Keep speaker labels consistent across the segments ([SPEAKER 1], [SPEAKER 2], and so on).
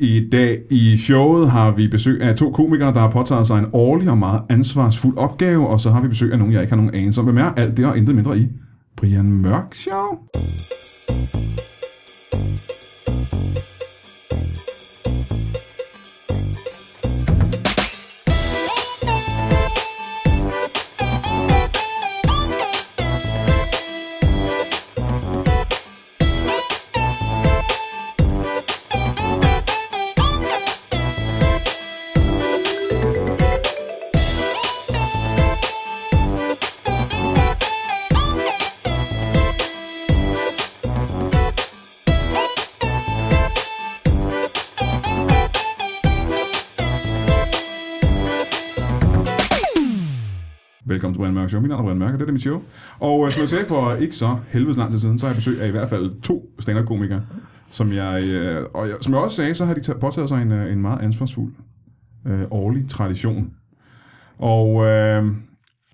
[SPEAKER 1] I dag i showet har vi besøg af to komikere, der har påtaget sig en årlig og meget ansvarsfuld opgave, og så har vi besøg af nogen, jeg ikke har nogen anelse om, hvem er. Alt det og intet mindre i Brian Mørk Show. Velkommen til Brian Mørk Show. Mit navn er Brian Mørk, og det er mit show. Og øh, som jeg sagde for ikke så helvedes lang tid siden, så har jeg besøg af i hvert fald to stand-up-komikere, som jeg, øh, og jeg, som jeg også sagde, så har de taget- påtaget sig en, øh, en meget ansvarsfuld øh, årlig tradition. Og øh,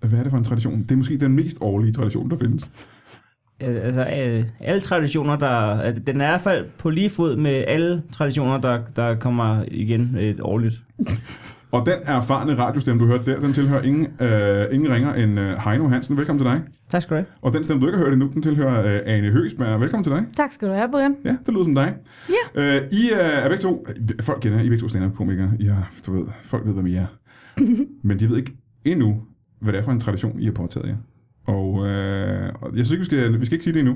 [SPEAKER 1] hvad er det for en tradition? Det er måske den mest årlige tradition, der findes.
[SPEAKER 2] Øh, altså øh, alle traditioner, der... Altså, den er i hvert fald på lige fod med alle traditioner, der, der kommer igen øh, årligt.
[SPEAKER 1] Og den erfarne radiostemme, du hørte der, den tilhører ingen, øh, ingen ringer end øh, Heino Hansen. Velkommen til dig.
[SPEAKER 2] Tak skal du have.
[SPEAKER 1] Og den stemme, du ikke har hørt endnu, den tilhører øh, Ane Høgsberg. Velkommen til dig.
[SPEAKER 3] Tak skal du have, Brian.
[SPEAKER 1] Ja, det lyder som dig.
[SPEAKER 3] Ja.
[SPEAKER 1] Øh, I øh, er begge to, folk kender, jer. I er begge to stand-up-komikere. I har, du ved, folk ved, hvem I er. Men de ved ikke endnu, hvad det er for en tradition, I har påtaget jer. Og, øh, og jeg synes ikke, vi skal, vi skal ikke sige det endnu.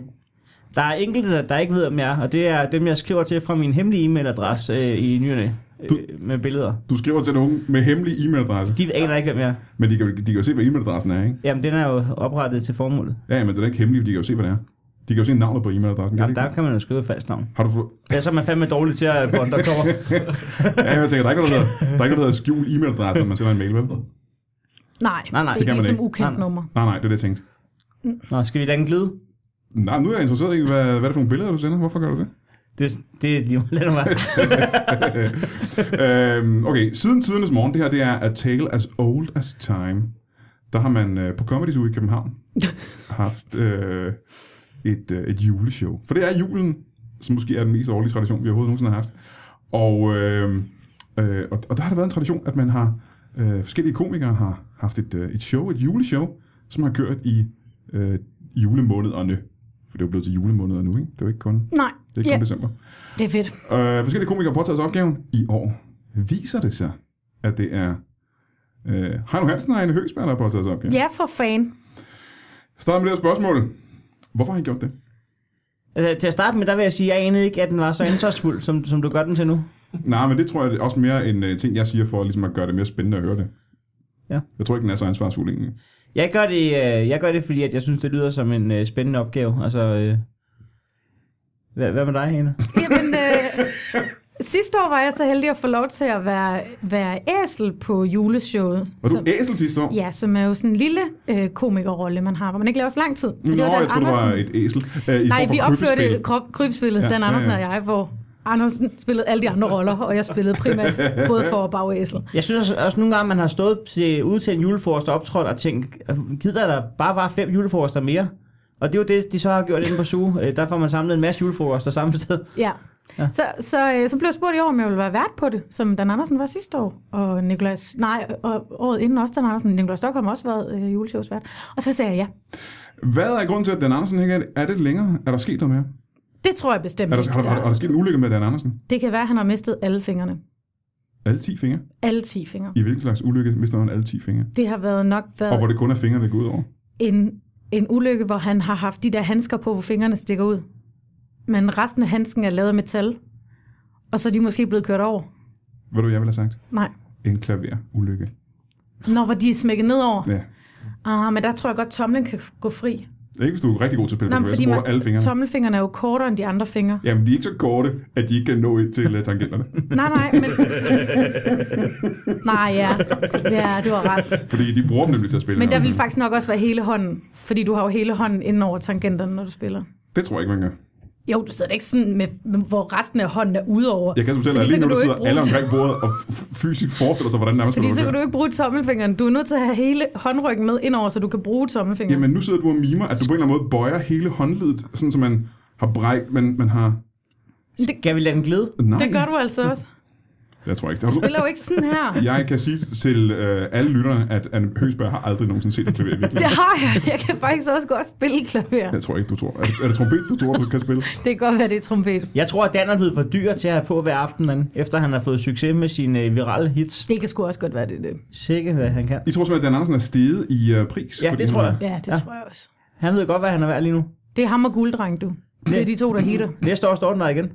[SPEAKER 2] Der er enkelte, der, der ikke ved, om jeg er, og det er dem, jeg skriver til fra min hemmelige e-mailadresse øh, i nyerne
[SPEAKER 1] Du-
[SPEAKER 2] øh, med billeder.
[SPEAKER 1] Du skriver til nogen med hemmelig e-mailadresse,
[SPEAKER 2] De aner ikke, hvem jeg er.
[SPEAKER 1] men de kan, jo- de kan jo se, hvad e-mailadressen er, ikke?
[SPEAKER 2] Jamen, den er jo oprettet til formålet.
[SPEAKER 1] Ja, men den er ikke hemmelig, for de kan jo se, hvad det er. De kan jo se navnet på e-mailadressen. kan
[SPEAKER 2] Jamen,
[SPEAKER 1] de ikke?
[SPEAKER 2] der kan man jo skrive et falsk navn.
[SPEAKER 1] Har du fået...
[SPEAKER 2] Ja, så er man fandme dårlig til at øh, bonde der kommer.
[SPEAKER 1] Ja, jeg tænker, der er ikke noget, der hedder, der er ikke noget, der hedder skjul e-mailadresse, når man sender en mail, vel?
[SPEAKER 3] Nej,
[SPEAKER 2] Nej, nej,
[SPEAKER 3] det
[SPEAKER 2] det
[SPEAKER 3] er
[SPEAKER 1] kan
[SPEAKER 3] ikke
[SPEAKER 1] man
[SPEAKER 3] ligesom
[SPEAKER 1] ikke.
[SPEAKER 3] ukendt
[SPEAKER 2] Nej, nej.
[SPEAKER 3] nummer.
[SPEAKER 1] Nej, nej, det er det, jeg tænkte.
[SPEAKER 2] Nå, skal vi lade den glide?
[SPEAKER 1] Nej, nu er jeg interesseret i, hvad, hvad er det for nogle billeder, du sender? Hvorfor gør du det?
[SPEAKER 2] Det, det er lige lad det være.
[SPEAKER 1] øhm, okay, siden tidernes morgen, det her det er A Tale As Old As Time. Der har man øh, på Comedy Zoo i København haft øh, et, øh, et juleshow. For det er julen, som måske er den mest årlige tradition, vi overhovedet nogensinde har haft. Og, øh, øh, og, og der har der været en tradition, at man har øh, forskellige komikere har haft et, øh, et show, et juleshow, som har kørt i øh, julemånederne. For det er jo blevet til julemåneder nu, ikke? Det er jo ikke kun, det
[SPEAKER 3] Nej,
[SPEAKER 1] er ikke kun
[SPEAKER 3] ja,
[SPEAKER 1] december.
[SPEAKER 3] det er fedt.
[SPEAKER 1] Øh, forskellige komikere har påtaget sig opgaven. I år viser det sig, at det er øh, Heino Hansen og Heine Høgsberg, der har påtaget sig opgaven.
[SPEAKER 3] Ja, for fan.
[SPEAKER 1] Jeg starter med det her spørgsmål. Hvorfor har I gjort det?
[SPEAKER 2] Altså, til at starte med, der vil jeg sige, at jeg anede ikke, at den var så ansvarsfuld, som, som du gør den til nu.
[SPEAKER 1] Nej, men det tror jeg det er også mere en øh, ting, jeg siger for ligesom at gøre det mere spændende at høre det.
[SPEAKER 2] Ja.
[SPEAKER 1] Jeg tror ikke, den er så ansvarsfuld egentlig.
[SPEAKER 2] Jeg gør det, øh, jeg gør det fordi at jeg synes, det lyder som en øh, spændende opgave. Altså, øh, hvad, hvad med dig, Hene?
[SPEAKER 3] Jamen, øh, sidste år var jeg så heldig at få lov til at være, være æsel på juleshowet.
[SPEAKER 1] Var du
[SPEAKER 3] Som,
[SPEAKER 1] æsel sidste år?
[SPEAKER 3] ja, som er jo sådan en lille øh, komikerrolle, man har, hvor man ikke laver så lang tid.
[SPEAKER 1] Nå,
[SPEAKER 3] det var Dan
[SPEAKER 1] jeg troede, du var
[SPEAKER 3] Andersen.
[SPEAKER 1] et æsel. Øh, i
[SPEAKER 3] Nej,
[SPEAKER 1] form for
[SPEAKER 3] vi opførte
[SPEAKER 1] krybespil.
[SPEAKER 3] krop, krybspillet,
[SPEAKER 1] Ja,
[SPEAKER 3] ja, Dan
[SPEAKER 1] ja,
[SPEAKER 3] Andersen
[SPEAKER 1] ja.
[SPEAKER 3] og jeg, hvor Andersen spillede alle de andre roller, og jeg spillede primært både for og bagæsel.
[SPEAKER 2] Jeg synes også- også nogle gange, man har stået til, ude til en julefrokost og optrådt og tænkt, gider der bare var fem julefrokoster mere? Og det er jo det, de så har gjort inde på SU. Øh, der får man samlet en masse julefrokoster samme sted.
[SPEAKER 3] Ja. ja. Så, så, øh, så blev jeg spurgt i år, om jeg ville være vært på det, som Dan Andersen var sidste år. Og Nicolas, nej, og året inden også Dan Andersen. Nicolas Stockholm har også været øh, juleshowsvært. Og så sagde jeg ja.
[SPEAKER 1] Hvad er grunden til, at Dan Andersen ikke er det? Er det længere? Er der sket noget mere?
[SPEAKER 3] Det tror jeg bestemt
[SPEAKER 1] Er der,
[SPEAKER 3] ikke,
[SPEAKER 1] har, der, har, der, har der sket en ulykke med Dan Andersen?
[SPEAKER 3] Det kan være, at han har mistet alle fingrene.
[SPEAKER 1] Alle 10 fingre?
[SPEAKER 3] Alle 10 fingre.
[SPEAKER 1] I hvilken slags ulykke mister han alle 10 fingre?
[SPEAKER 3] Det har været nok
[SPEAKER 1] Og
[SPEAKER 3] været
[SPEAKER 1] hvor det kun er fingrene, der går ud over?
[SPEAKER 3] en, en ulykke, hvor han har haft de der handsker på, hvor fingrene stikker ud. Men resten af handsken er lavet af metal. Og så er de måske blevet kørt over.
[SPEAKER 1] Ved du, hvad jeg ville have sagt?
[SPEAKER 3] Nej.
[SPEAKER 1] En klaverulykke.
[SPEAKER 3] Når hvor de er smækket nedover.
[SPEAKER 1] Ja.
[SPEAKER 3] Ah, men der tror jeg godt, tomlen kan gå fri.
[SPEAKER 1] Ikke hvis du er rigtig god til at spille
[SPEAKER 3] Nå, men
[SPEAKER 1] klaver, så
[SPEAKER 3] fordi
[SPEAKER 1] bruger
[SPEAKER 3] man,
[SPEAKER 1] du alle fingrene.
[SPEAKER 3] tommelfingrene er jo kortere end de andre fingre.
[SPEAKER 1] Jamen, de er ikke så korte, at de ikke kan nå ind til uh, tangenterne.
[SPEAKER 3] Nej, nej, men... nej, ja. ja, du har ret.
[SPEAKER 1] Fordi de bruger dem nemlig til at spille.
[SPEAKER 3] Men der
[SPEAKER 1] også.
[SPEAKER 3] vil faktisk nok også være hele hånden, fordi du har jo hele hånden inden over tangenterne, når du spiller.
[SPEAKER 1] Det tror jeg ikke, man gør.
[SPEAKER 3] Jo, du sidder da ikke sådan, med, med, hvor resten af hånden er udover.
[SPEAKER 1] Jeg kan altså fortælle dig, at
[SPEAKER 3] Fordi
[SPEAKER 1] lige nu
[SPEAKER 3] så kan
[SPEAKER 1] der
[SPEAKER 3] du
[SPEAKER 1] sidder
[SPEAKER 3] ikke bruge
[SPEAKER 1] alle omkring bordet
[SPEAKER 3] den.
[SPEAKER 1] og f- f- fysisk forestiller sig, hvordan nærmest
[SPEAKER 3] Fordi så
[SPEAKER 1] spiller
[SPEAKER 3] kan du ikke bruge tommelfingeren. Du er nødt til at have hele håndryggen med indover, så du kan bruge tommelfingeren.
[SPEAKER 1] Jamen, nu sidder du og mimer, at du på en eller anden måde bøjer hele håndledet, sådan som man har bræk, men man har...
[SPEAKER 2] Skal vi lade den glide?
[SPEAKER 1] Nej,
[SPEAKER 3] det gør du altså også.
[SPEAKER 1] Jeg tror ikke, det har du.
[SPEAKER 3] Spiller jo ikke sådan her.
[SPEAKER 1] Jeg kan sige til øh, alle lytterne, at Anne Høgsberg har aldrig nogensinde set et klaver i virkeligheden.
[SPEAKER 3] Det har jeg. Jeg kan faktisk også godt spille klaver.
[SPEAKER 1] Jeg tror ikke, du tror. Er det, er det trompet, du tror, du kan spille?
[SPEAKER 3] Det kan godt være, det er trompet.
[SPEAKER 2] Jeg tror, at Dan er blevet for dyr til at have på hver aften, men efter han har fået succes med sine øh, virale hits.
[SPEAKER 3] Det kan sgu også godt være, det er det.
[SPEAKER 2] Sikkert, hvad han kan.
[SPEAKER 1] I tror simpelthen, at Dan Andersen er steget i øh, pris?
[SPEAKER 2] Ja,
[SPEAKER 1] fordi
[SPEAKER 2] det
[SPEAKER 1] han
[SPEAKER 2] tror
[SPEAKER 1] er-
[SPEAKER 2] jeg.
[SPEAKER 3] Ja, det
[SPEAKER 2] Ja.
[SPEAKER 3] ja. tror jeg også.
[SPEAKER 2] Han ved godt, hvad han er værd lige nu.
[SPEAKER 3] Det er ham og gulddreng, du. Det er de to, der hitter.
[SPEAKER 2] Næste år står den der igen.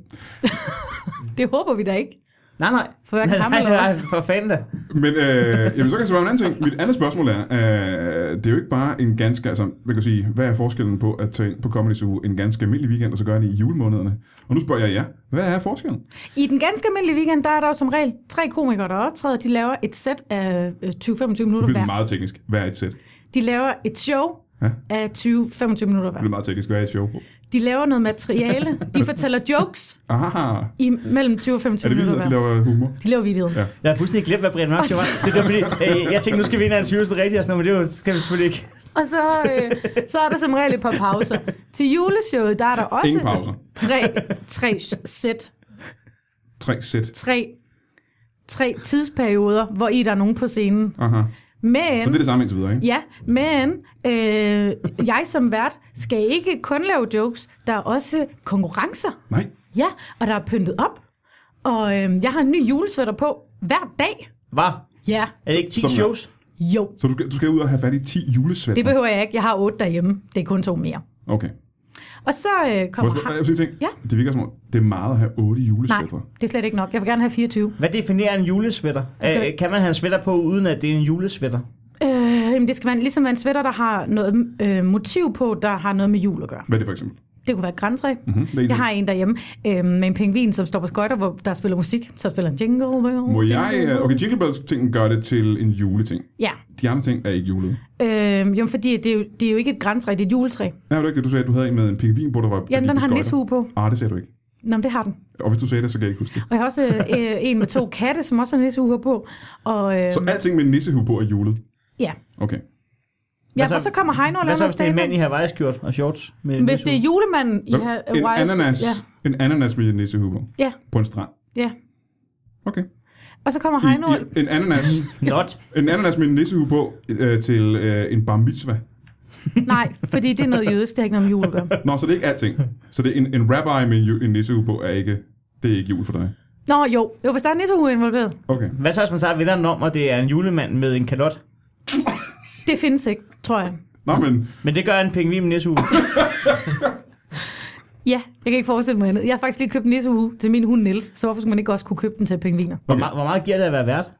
[SPEAKER 3] Det håber vi da ikke.
[SPEAKER 2] Nej, nej.
[SPEAKER 3] For hverken ham
[SPEAKER 2] nej,
[SPEAKER 3] eller
[SPEAKER 2] nej,
[SPEAKER 3] os.
[SPEAKER 2] for fanden da.
[SPEAKER 1] Men øh, jamen, så kan jeg svare en anden ting. Mit andet spørgsmål er, øh, det er jo ikke bare en ganske, altså man kan sige, hvad er forskellen på at tage ind på Comedy Zoo en ganske almindelig weekend, og så gøre det i julemånederne? Og nu spørger jeg jer, hvad er forskellen?
[SPEAKER 3] I den ganske almindelige weekend, der er der jo som regel tre komikere, der optræder. De laver et sæt af øh, 20-25
[SPEAKER 1] Det
[SPEAKER 3] minutter
[SPEAKER 1] bliver
[SPEAKER 3] hver.
[SPEAKER 1] meget teknisk. Hvad er et sæt? Det
[SPEAKER 3] De laver et show
[SPEAKER 1] Ja.
[SPEAKER 3] af 20-25 minutter hver.
[SPEAKER 1] bliver meget teknisk. Hvad er et show?
[SPEAKER 3] De laver noget materiale. De fortæller jokes
[SPEAKER 1] Aha,
[SPEAKER 3] i mellem 20 og 25
[SPEAKER 1] er det vildt,
[SPEAKER 3] minutter
[SPEAKER 1] at de
[SPEAKER 3] hver.
[SPEAKER 1] laver humor?
[SPEAKER 3] De laver video.
[SPEAKER 1] Ja.
[SPEAKER 3] Ja.
[SPEAKER 2] Jeg har fuldstændig glemt, hvad Brian Mørk var. Det er fordi, øh, jeg tænkte, nu skal vi ind af en tvivlsen rigtig, og sådan noget, men det er jo- skal vi selvfølgelig ikke.
[SPEAKER 3] Og så, øh, så er der som regel et par pauser. Til juleshowet, der er der også
[SPEAKER 1] Ingen pauser.
[SPEAKER 3] tre, tre sæt,
[SPEAKER 1] Tre sæt.
[SPEAKER 3] tre, tre tidsperioder, hvor I der er nogen på scenen.
[SPEAKER 1] Aha.
[SPEAKER 3] Men,
[SPEAKER 1] Ah. Så det er det samme indtil videre, ikke?
[SPEAKER 3] ja, men øh, jeg som vært skal ikke kun lave jokes, der er også konkurrencer.
[SPEAKER 1] Nej.
[SPEAKER 3] Ja, og der er pyntet op. Og øh, jeg har en ny julesvætter på hver dag.
[SPEAKER 2] Hvad?
[SPEAKER 3] Ja,
[SPEAKER 2] Er det ikke 10
[SPEAKER 1] Sådan der.
[SPEAKER 2] shows?
[SPEAKER 3] jo.
[SPEAKER 1] Så du skal, du skal ud og have fat i 10 julesvætter?
[SPEAKER 3] Det behøver jeg ikke. Jeg har otte derhjemme. Det er kun to mere.
[SPEAKER 1] Okay.
[SPEAKER 3] Og så øh,
[SPEAKER 1] Må jeg
[SPEAKER 3] kommer
[SPEAKER 1] spørge-
[SPEAKER 3] han.
[SPEAKER 1] Jeg vil sige en ting.
[SPEAKER 3] Ja.
[SPEAKER 1] Det virker som om, det er meget at have 8
[SPEAKER 3] Nej,
[SPEAKER 1] julesvætter.
[SPEAKER 3] det er slet ikke nok. Jeg vil gerne have 24.
[SPEAKER 2] Hvad definerer en julesvætter?
[SPEAKER 3] Skal vi-
[SPEAKER 2] Øh, kan man have en svætter på, uden at det er en julesvætter?
[SPEAKER 3] Øh, jamen, det skal være, en- ligesom være en sweater, der har noget øh, motiv på, der har noget med jul at gøre.
[SPEAKER 1] Hvad er det for eksempel?
[SPEAKER 3] Det kunne være et grantræ. Mm-hmm.
[SPEAKER 1] Mhm, det er en
[SPEAKER 3] Jeg
[SPEAKER 1] ting.
[SPEAKER 3] har en derhjemme øh, med en pingvin, som står på skøjter, hvor der spiller musik. Så spiller en jingle. Bells,
[SPEAKER 1] Må jeg...
[SPEAKER 3] jingle
[SPEAKER 1] øh,
[SPEAKER 3] bells.
[SPEAKER 1] Okay, Jingle Bells-tingen gør det til en juleting.
[SPEAKER 3] Ja.
[SPEAKER 1] De andre ting er ikke julede.
[SPEAKER 3] Øh, jo, fordi det er jo, det er jo ikke et grantræ, det er et juletræ.
[SPEAKER 1] Nej, det var ikke det, du sagde, at du havde en med en pingvin på, der var...
[SPEAKER 3] Jamen, den har en
[SPEAKER 1] skøjter.
[SPEAKER 3] nissehue på.
[SPEAKER 1] Ah, det sagde du ikke.
[SPEAKER 3] Nå, men det har den.
[SPEAKER 1] Og hvis du sagde det, så kan jeg ikke huske det.
[SPEAKER 3] Og jeg har også øh, en med to katte, som også har nissehuer på. Og, øh,
[SPEAKER 1] Så alting med en nissehue på er julet.
[SPEAKER 3] ja.
[SPEAKER 1] Okay.
[SPEAKER 3] ja
[SPEAKER 2] så-
[SPEAKER 3] og så kommer Heino
[SPEAKER 2] Hvad
[SPEAKER 3] og laver
[SPEAKER 2] så,
[SPEAKER 3] noget
[SPEAKER 2] hvis det er en mand
[SPEAKER 3] statement.
[SPEAKER 2] i Hawaii-skjort og shorts? Med
[SPEAKER 3] Hvis det er julemanden i her,
[SPEAKER 1] en
[SPEAKER 3] Wise-
[SPEAKER 1] ananas.
[SPEAKER 3] øh, Ja,
[SPEAKER 1] En ananas med en nissehue på.
[SPEAKER 3] ja,
[SPEAKER 1] På en strand.
[SPEAKER 3] ja.
[SPEAKER 1] Okay.
[SPEAKER 3] Og så kommer
[SPEAKER 1] I,
[SPEAKER 3] Heino...
[SPEAKER 1] i, en ananas,
[SPEAKER 2] Not.
[SPEAKER 1] en ananas med en nissehue på øh, til øh, en bar mitzvah.
[SPEAKER 3] Nej, fordi det er noget jødisk, det har ikke noget med jul at gøre.
[SPEAKER 1] Nå, så det er ikke alting. Så det er en, en rabbi med en, ju- en nissehue på er ikke... Det er ikke jul for dig.
[SPEAKER 3] Nå jo, jo hvis der er nissehue involveret.
[SPEAKER 1] Okay.
[SPEAKER 2] Hvad så, hvis man tager vinderen om, og det er en julemand med en kalot?
[SPEAKER 3] Det findes ikke, tror jeg.
[SPEAKER 1] Nå, men
[SPEAKER 2] Men det gør en pingvin med næsehue.
[SPEAKER 3] Ja, jeg kan ikke forestille mig andet. Jeg har faktisk lige købt en nissehue til min hund Nils, så hvorfor skulle man ikke også kunne købe den til pingviner?
[SPEAKER 2] Hvor, meget, hvor meget giver det at være vært?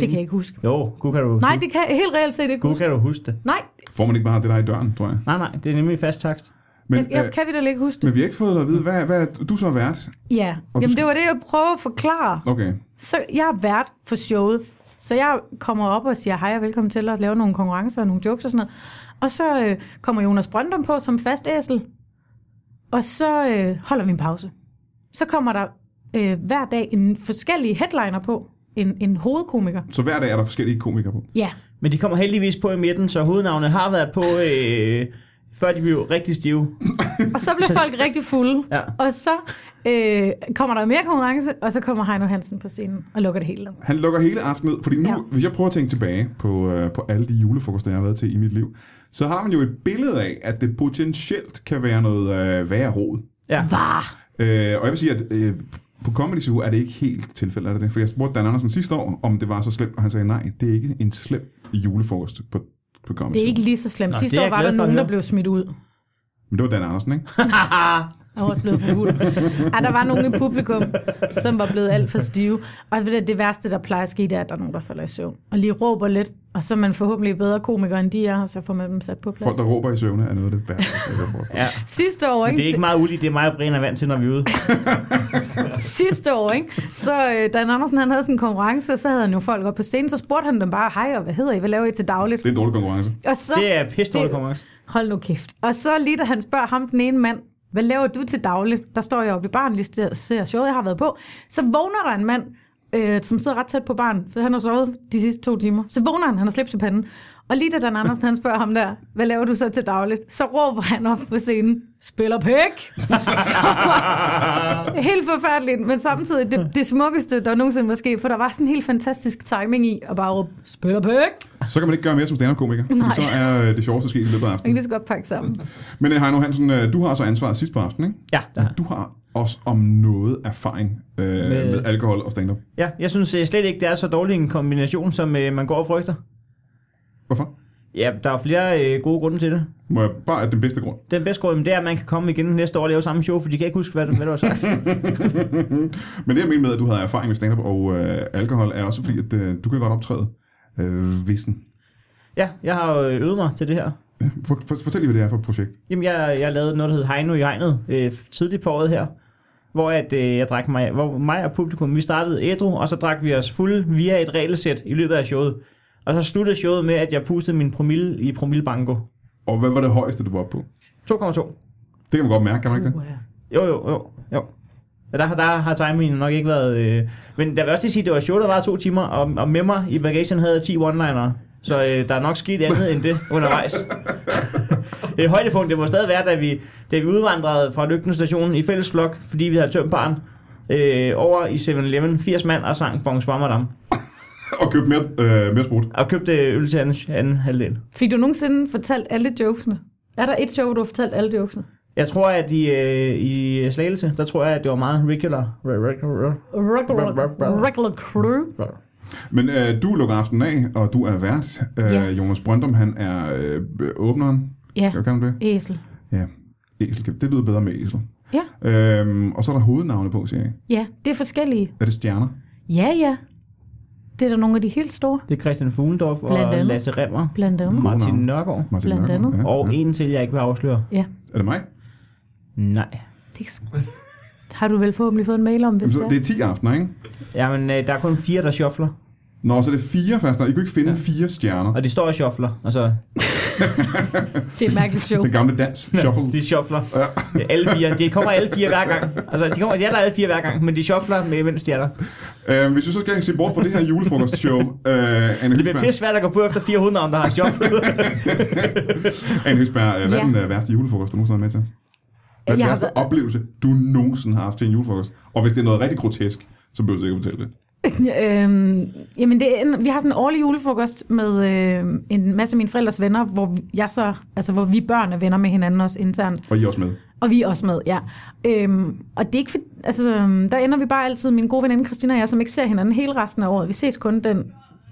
[SPEAKER 3] Det kan jeg ikke huske.
[SPEAKER 2] Jo, god kan du,
[SPEAKER 3] Nej, det kan jeg helt reelt set ikke
[SPEAKER 2] god
[SPEAKER 3] huske.
[SPEAKER 2] kan du huske det.
[SPEAKER 3] Nej,
[SPEAKER 1] får man ikke bare det der i døren, tror jeg.
[SPEAKER 2] Nej, nej, det er nemlig fast takst.
[SPEAKER 1] Men,
[SPEAKER 3] jeg,
[SPEAKER 1] øh,
[SPEAKER 3] jeg kan vi da ikke huske
[SPEAKER 1] men
[SPEAKER 3] det.
[SPEAKER 1] vi har ikke fået dig at vide, hvad, hvad er du så vært?
[SPEAKER 3] Ja,
[SPEAKER 1] du
[SPEAKER 3] jamen
[SPEAKER 1] skal-
[SPEAKER 3] det var det, jeg prøvede at forklare.
[SPEAKER 1] Okay.
[SPEAKER 3] Så jeg er vært for showet. Så jeg kommer op og siger hej og velkommen til at lave nogle konkurrencer og nogle jokes og sådan noget. Og så øh, kommer Jonas Brøndum på som fast æsel. Og så øh, holder vi en pause. Så kommer der øh, hver dag en forskellige headliner på. En, en hovedkomiker.
[SPEAKER 1] Så hver dag er der forskellige komikere på.
[SPEAKER 3] Ja,
[SPEAKER 2] Men de kommer heldigvis på i midten, så hovednavnet har været på, øh, før de blev rigtig stive.
[SPEAKER 3] og så bliver folk rigtig fulde.
[SPEAKER 2] Ja.
[SPEAKER 3] Og så øh, kommer der mere konkurrence, og så kommer Heino Hansen på scenen og lukker det hele ned.
[SPEAKER 1] Han lukker hele aftenen ud, fordi nu, ja.
[SPEAKER 3] Ja.
[SPEAKER 1] hvis jeg prøver at tænke tilbage på, øh, på alle de julefrokoster, jeg har været til i mit liv, så har man jo et billede af, at det potentielt kan være noget øh, værre råd.
[SPEAKER 2] Ja.
[SPEAKER 3] Var!
[SPEAKER 1] Øh, og jeg vil sige, at øh, på Comedy Zoo er det ikke helt tilfældet, er det det? For jeg spurgte Dan Andersen sidste år, om det var så slemt, og han sagde, nej, det er ikke en slem julefrokost på, på Comedy
[SPEAKER 3] Det er
[SPEAKER 1] Zoo.
[SPEAKER 3] ikke lige så slemt.
[SPEAKER 2] Nå, det
[SPEAKER 3] Sidste
[SPEAKER 2] er
[SPEAKER 3] år
[SPEAKER 2] jeg
[SPEAKER 3] var
[SPEAKER 2] glad
[SPEAKER 3] der
[SPEAKER 2] for at
[SPEAKER 3] nogen, der
[SPEAKER 2] høre.
[SPEAKER 3] blev smidt ud.
[SPEAKER 1] Men det var Dan Andersen, ikke?
[SPEAKER 3] Jeg var også blevet forbudt. Ej, der var nogen i publikum, som var blevet alt for stive. Og ved du, det værste, der plejer at ske, det er, at der er nogen, der falder i søvn. Og lige råber lidt, og så er man forhåbentlig bedre komiker, end de er, og så får man dem sat på plads.
[SPEAKER 1] Folk, der råber i søvne, er noget af det værste, jeg kan forestille.
[SPEAKER 2] ja.
[SPEAKER 3] Sidste år,
[SPEAKER 2] Det
[SPEAKER 3] ikke?
[SPEAKER 2] er ikke meget ulig, det er mig og Brian er vant til, når vi er ude.
[SPEAKER 3] Sidste år, ikke? Så øh, Dan Andersen, han havde sådan en konkurrence, og så havde han jo folk op på scenen, så spurgte han dem bare, hej, og hvad hedder I, hvad laver I til dagligt?
[SPEAKER 1] Det er en dårlig konkurrence.
[SPEAKER 3] Og så,
[SPEAKER 2] Det er pisse dårlig
[SPEAKER 3] Det-
[SPEAKER 2] konkurrence.
[SPEAKER 3] hold nu kæft. Og så lige da han spørger ham, den ene mand, hvad laver du til dagligt? Der står jeg oppe i baren, lige ser- ser showet, jeg har været på. Så vågner der en mand øh, som sidder ret tæt på barn, for han har sovet de sidste to timer. Så vågner han, han har slips i panden. Og lige da Dan Andersen han spørger ham der, hvad laver du så til dagligt? Så råber han op på scenen, spiller pæk! helt forfærdeligt, men samtidig det, det smukkeste, der nogensinde var sket, for der var sådan en helt fantastisk timing i at bare råbe, spiller pæk!
[SPEAKER 1] Så kan man ikke gøre mere som stand-up-komiker, for
[SPEAKER 3] Nej.
[SPEAKER 1] så er øh, det sjoveste sket i løbet af
[SPEAKER 3] Man kan
[SPEAKER 1] aftenen.
[SPEAKER 3] lige så godt pakke sammen.
[SPEAKER 1] Men øh, Heino Hansen, øh, du har så ansvaret sidst på aftenen, ikke?
[SPEAKER 2] Ja, der har
[SPEAKER 1] Men Du har også om noget erfaring øh, med... med alkohol og stand-up.
[SPEAKER 2] Ja, jeg synes øh, slet ikke, det er så dårlig en kombination, som øh, man går og frygter.
[SPEAKER 1] Hvorfor?
[SPEAKER 2] Ja, der er flere øh, gode grunde til det.
[SPEAKER 1] Må jeg bare af den bedste grund.
[SPEAKER 2] Den bedste grund det er, at man kan komme igen næste år og lave samme show, for de kan ikke huske, hvad, hvad du har sagt.
[SPEAKER 1] Men det jeg mener med, at du havde erfaring med stand-up og øh, alkohol, er også fordi, at øh, du kan godt optræde øh, vissen.
[SPEAKER 2] ja, jeg har jo øh, øvet mig til det her.
[SPEAKER 1] Ja, for, for, fortæl lige, hvad det er for et projekt.
[SPEAKER 2] Jamen, jeg, jeg lavede noget, der hed Heino i hegnet øh, tidligt på året her, hvor, at, øh, jeg drak mig, hvor mig og publikum, vi startede ædru, og så drak vi os fulde via et regelsæt i løbet af showet. Og så sluttede showet med, at jeg pustede min promille i promillebanko.
[SPEAKER 1] Og hvad var det højeste, du var oppe på?
[SPEAKER 2] 2,2.
[SPEAKER 1] Det kan man godt mærke, kan man ikke det?
[SPEAKER 3] Wow.
[SPEAKER 2] Jo, jo, jo, jo. Ja, Der, der har timingen nok ikke været... Øh, men der vil også lige sige, at det var et show, der var to timer, og, og med mig i bagagen havde jeg 10 one-linere. Så øh, der er nok sket andet end det undervejs. Et højdepunkt, det må stadig være, da vi, da vi udvandrede fra Lygten station i fælles flok, fordi vi havde tømt barn, øh, over i 7-Eleven, 80 mand og sang Bongs Barmadam,
[SPEAKER 1] Og købe mere, øh, mere sprut.
[SPEAKER 2] og købte øl til anden, anden halvdel.
[SPEAKER 3] Fik du nogensinde fortalt alle jokesene? Er der et show, hvor du har fortalt alle jokesene?
[SPEAKER 2] Jeg tror, at i, øh, i Slagelse, der tror jeg, at det var meget regular. re- regular.
[SPEAKER 3] Regular,
[SPEAKER 2] Rup, rup, rup.
[SPEAKER 3] regular crew.
[SPEAKER 1] Men øh, du lukker aftenen af, og du er vært. Øh,
[SPEAKER 3] Ja.
[SPEAKER 1] Jonas Brøndum, han er øh, åbneren.
[SPEAKER 3] Ja,
[SPEAKER 1] Kan man det?
[SPEAKER 3] æsel.
[SPEAKER 1] Ja. Æsel. Det lyder bedre med æsel.
[SPEAKER 3] Ja,
[SPEAKER 1] Øhm, og så er der hovednavne på, siger jeg.
[SPEAKER 3] ja, det er forskellige.
[SPEAKER 1] Er det stjerner?
[SPEAKER 3] Ja, ja. Det er da nogle af de helt store,
[SPEAKER 2] Det er Christian Fuglendorf
[SPEAKER 3] Blandt
[SPEAKER 2] og
[SPEAKER 3] andet.
[SPEAKER 2] Lasse Remmer.
[SPEAKER 3] blandt andet.
[SPEAKER 2] Martin
[SPEAKER 1] navn.
[SPEAKER 2] Nørgaard.
[SPEAKER 1] Martin
[SPEAKER 3] Blandt
[SPEAKER 1] Nørgaard,
[SPEAKER 3] andet.
[SPEAKER 1] Ja,
[SPEAKER 2] Og
[SPEAKER 1] ja.
[SPEAKER 2] en til, jeg ikke vil afsløre.
[SPEAKER 3] Ja,
[SPEAKER 1] Er det mig?
[SPEAKER 2] Nej.
[SPEAKER 3] det er sk- har du vel forhåbentlig fået en mail om, hvis
[SPEAKER 1] Jamen, så,
[SPEAKER 3] det
[SPEAKER 1] Altså, det
[SPEAKER 3] er.
[SPEAKER 1] er 10 aftener, ikke?
[SPEAKER 2] Jamen, øh, der er kun fire, der shuffler.
[SPEAKER 1] Nå, så er det fire fast. I kunne ikke finde ja. fire stjerner.
[SPEAKER 2] Og de står og shuffler. Altså,
[SPEAKER 3] Det er et mærkeligt show.
[SPEAKER 1] Den gamle dans, shuffle.
[SPEAKER 2] de shuffler. Ja. Alle fire. De kommer alle fire hver gang. Altså, de, kommer, de er der alle fire hver gang, men de shuffler, med, mens de er der.
[SPEAKER 1] øh, hvis vi så skal se bort fra det her julefrokostshow, øh, Anne
[SPEAKER 2] Det bliver
[SPEAKER 1] Høsberg,
[SPEAKER 2] pisse svært at gå på efter 400, om der har shufflet.
[SPEAKER 1] Anne Høsberg øh, hvad er
[SPEAKER 3] Ja.
[SPEAKER 1] den øh, værste julefrokost, du nogensinde har været med til? Hvad er den
[SPEAKER 3] Jeg har
[SPEAKER 1] værste oplevelse, du nogensinde har haft til en julefrokost? Og hvis det er noget rigtig grotesk, så behøver du ikke at fortælle det.
[SPEAKER 3] øhm, jamen, det er en, vi har sådan en årlig julefrokost med øh, en masse af mine forældres venner, hvor vi- jeg så, altså, hvor vi børn er venner med hinanden også internt.
[SPEAKER 1] Og I er også med.
[SPEAKER 3] Og vi er også med, ja. Øhm, og det er ikke for, altså, øhm, der ender vi bare altid, min gode veninde Christina og jeg, som ikke ser hinanden hele resten af året. Vi ses kun den,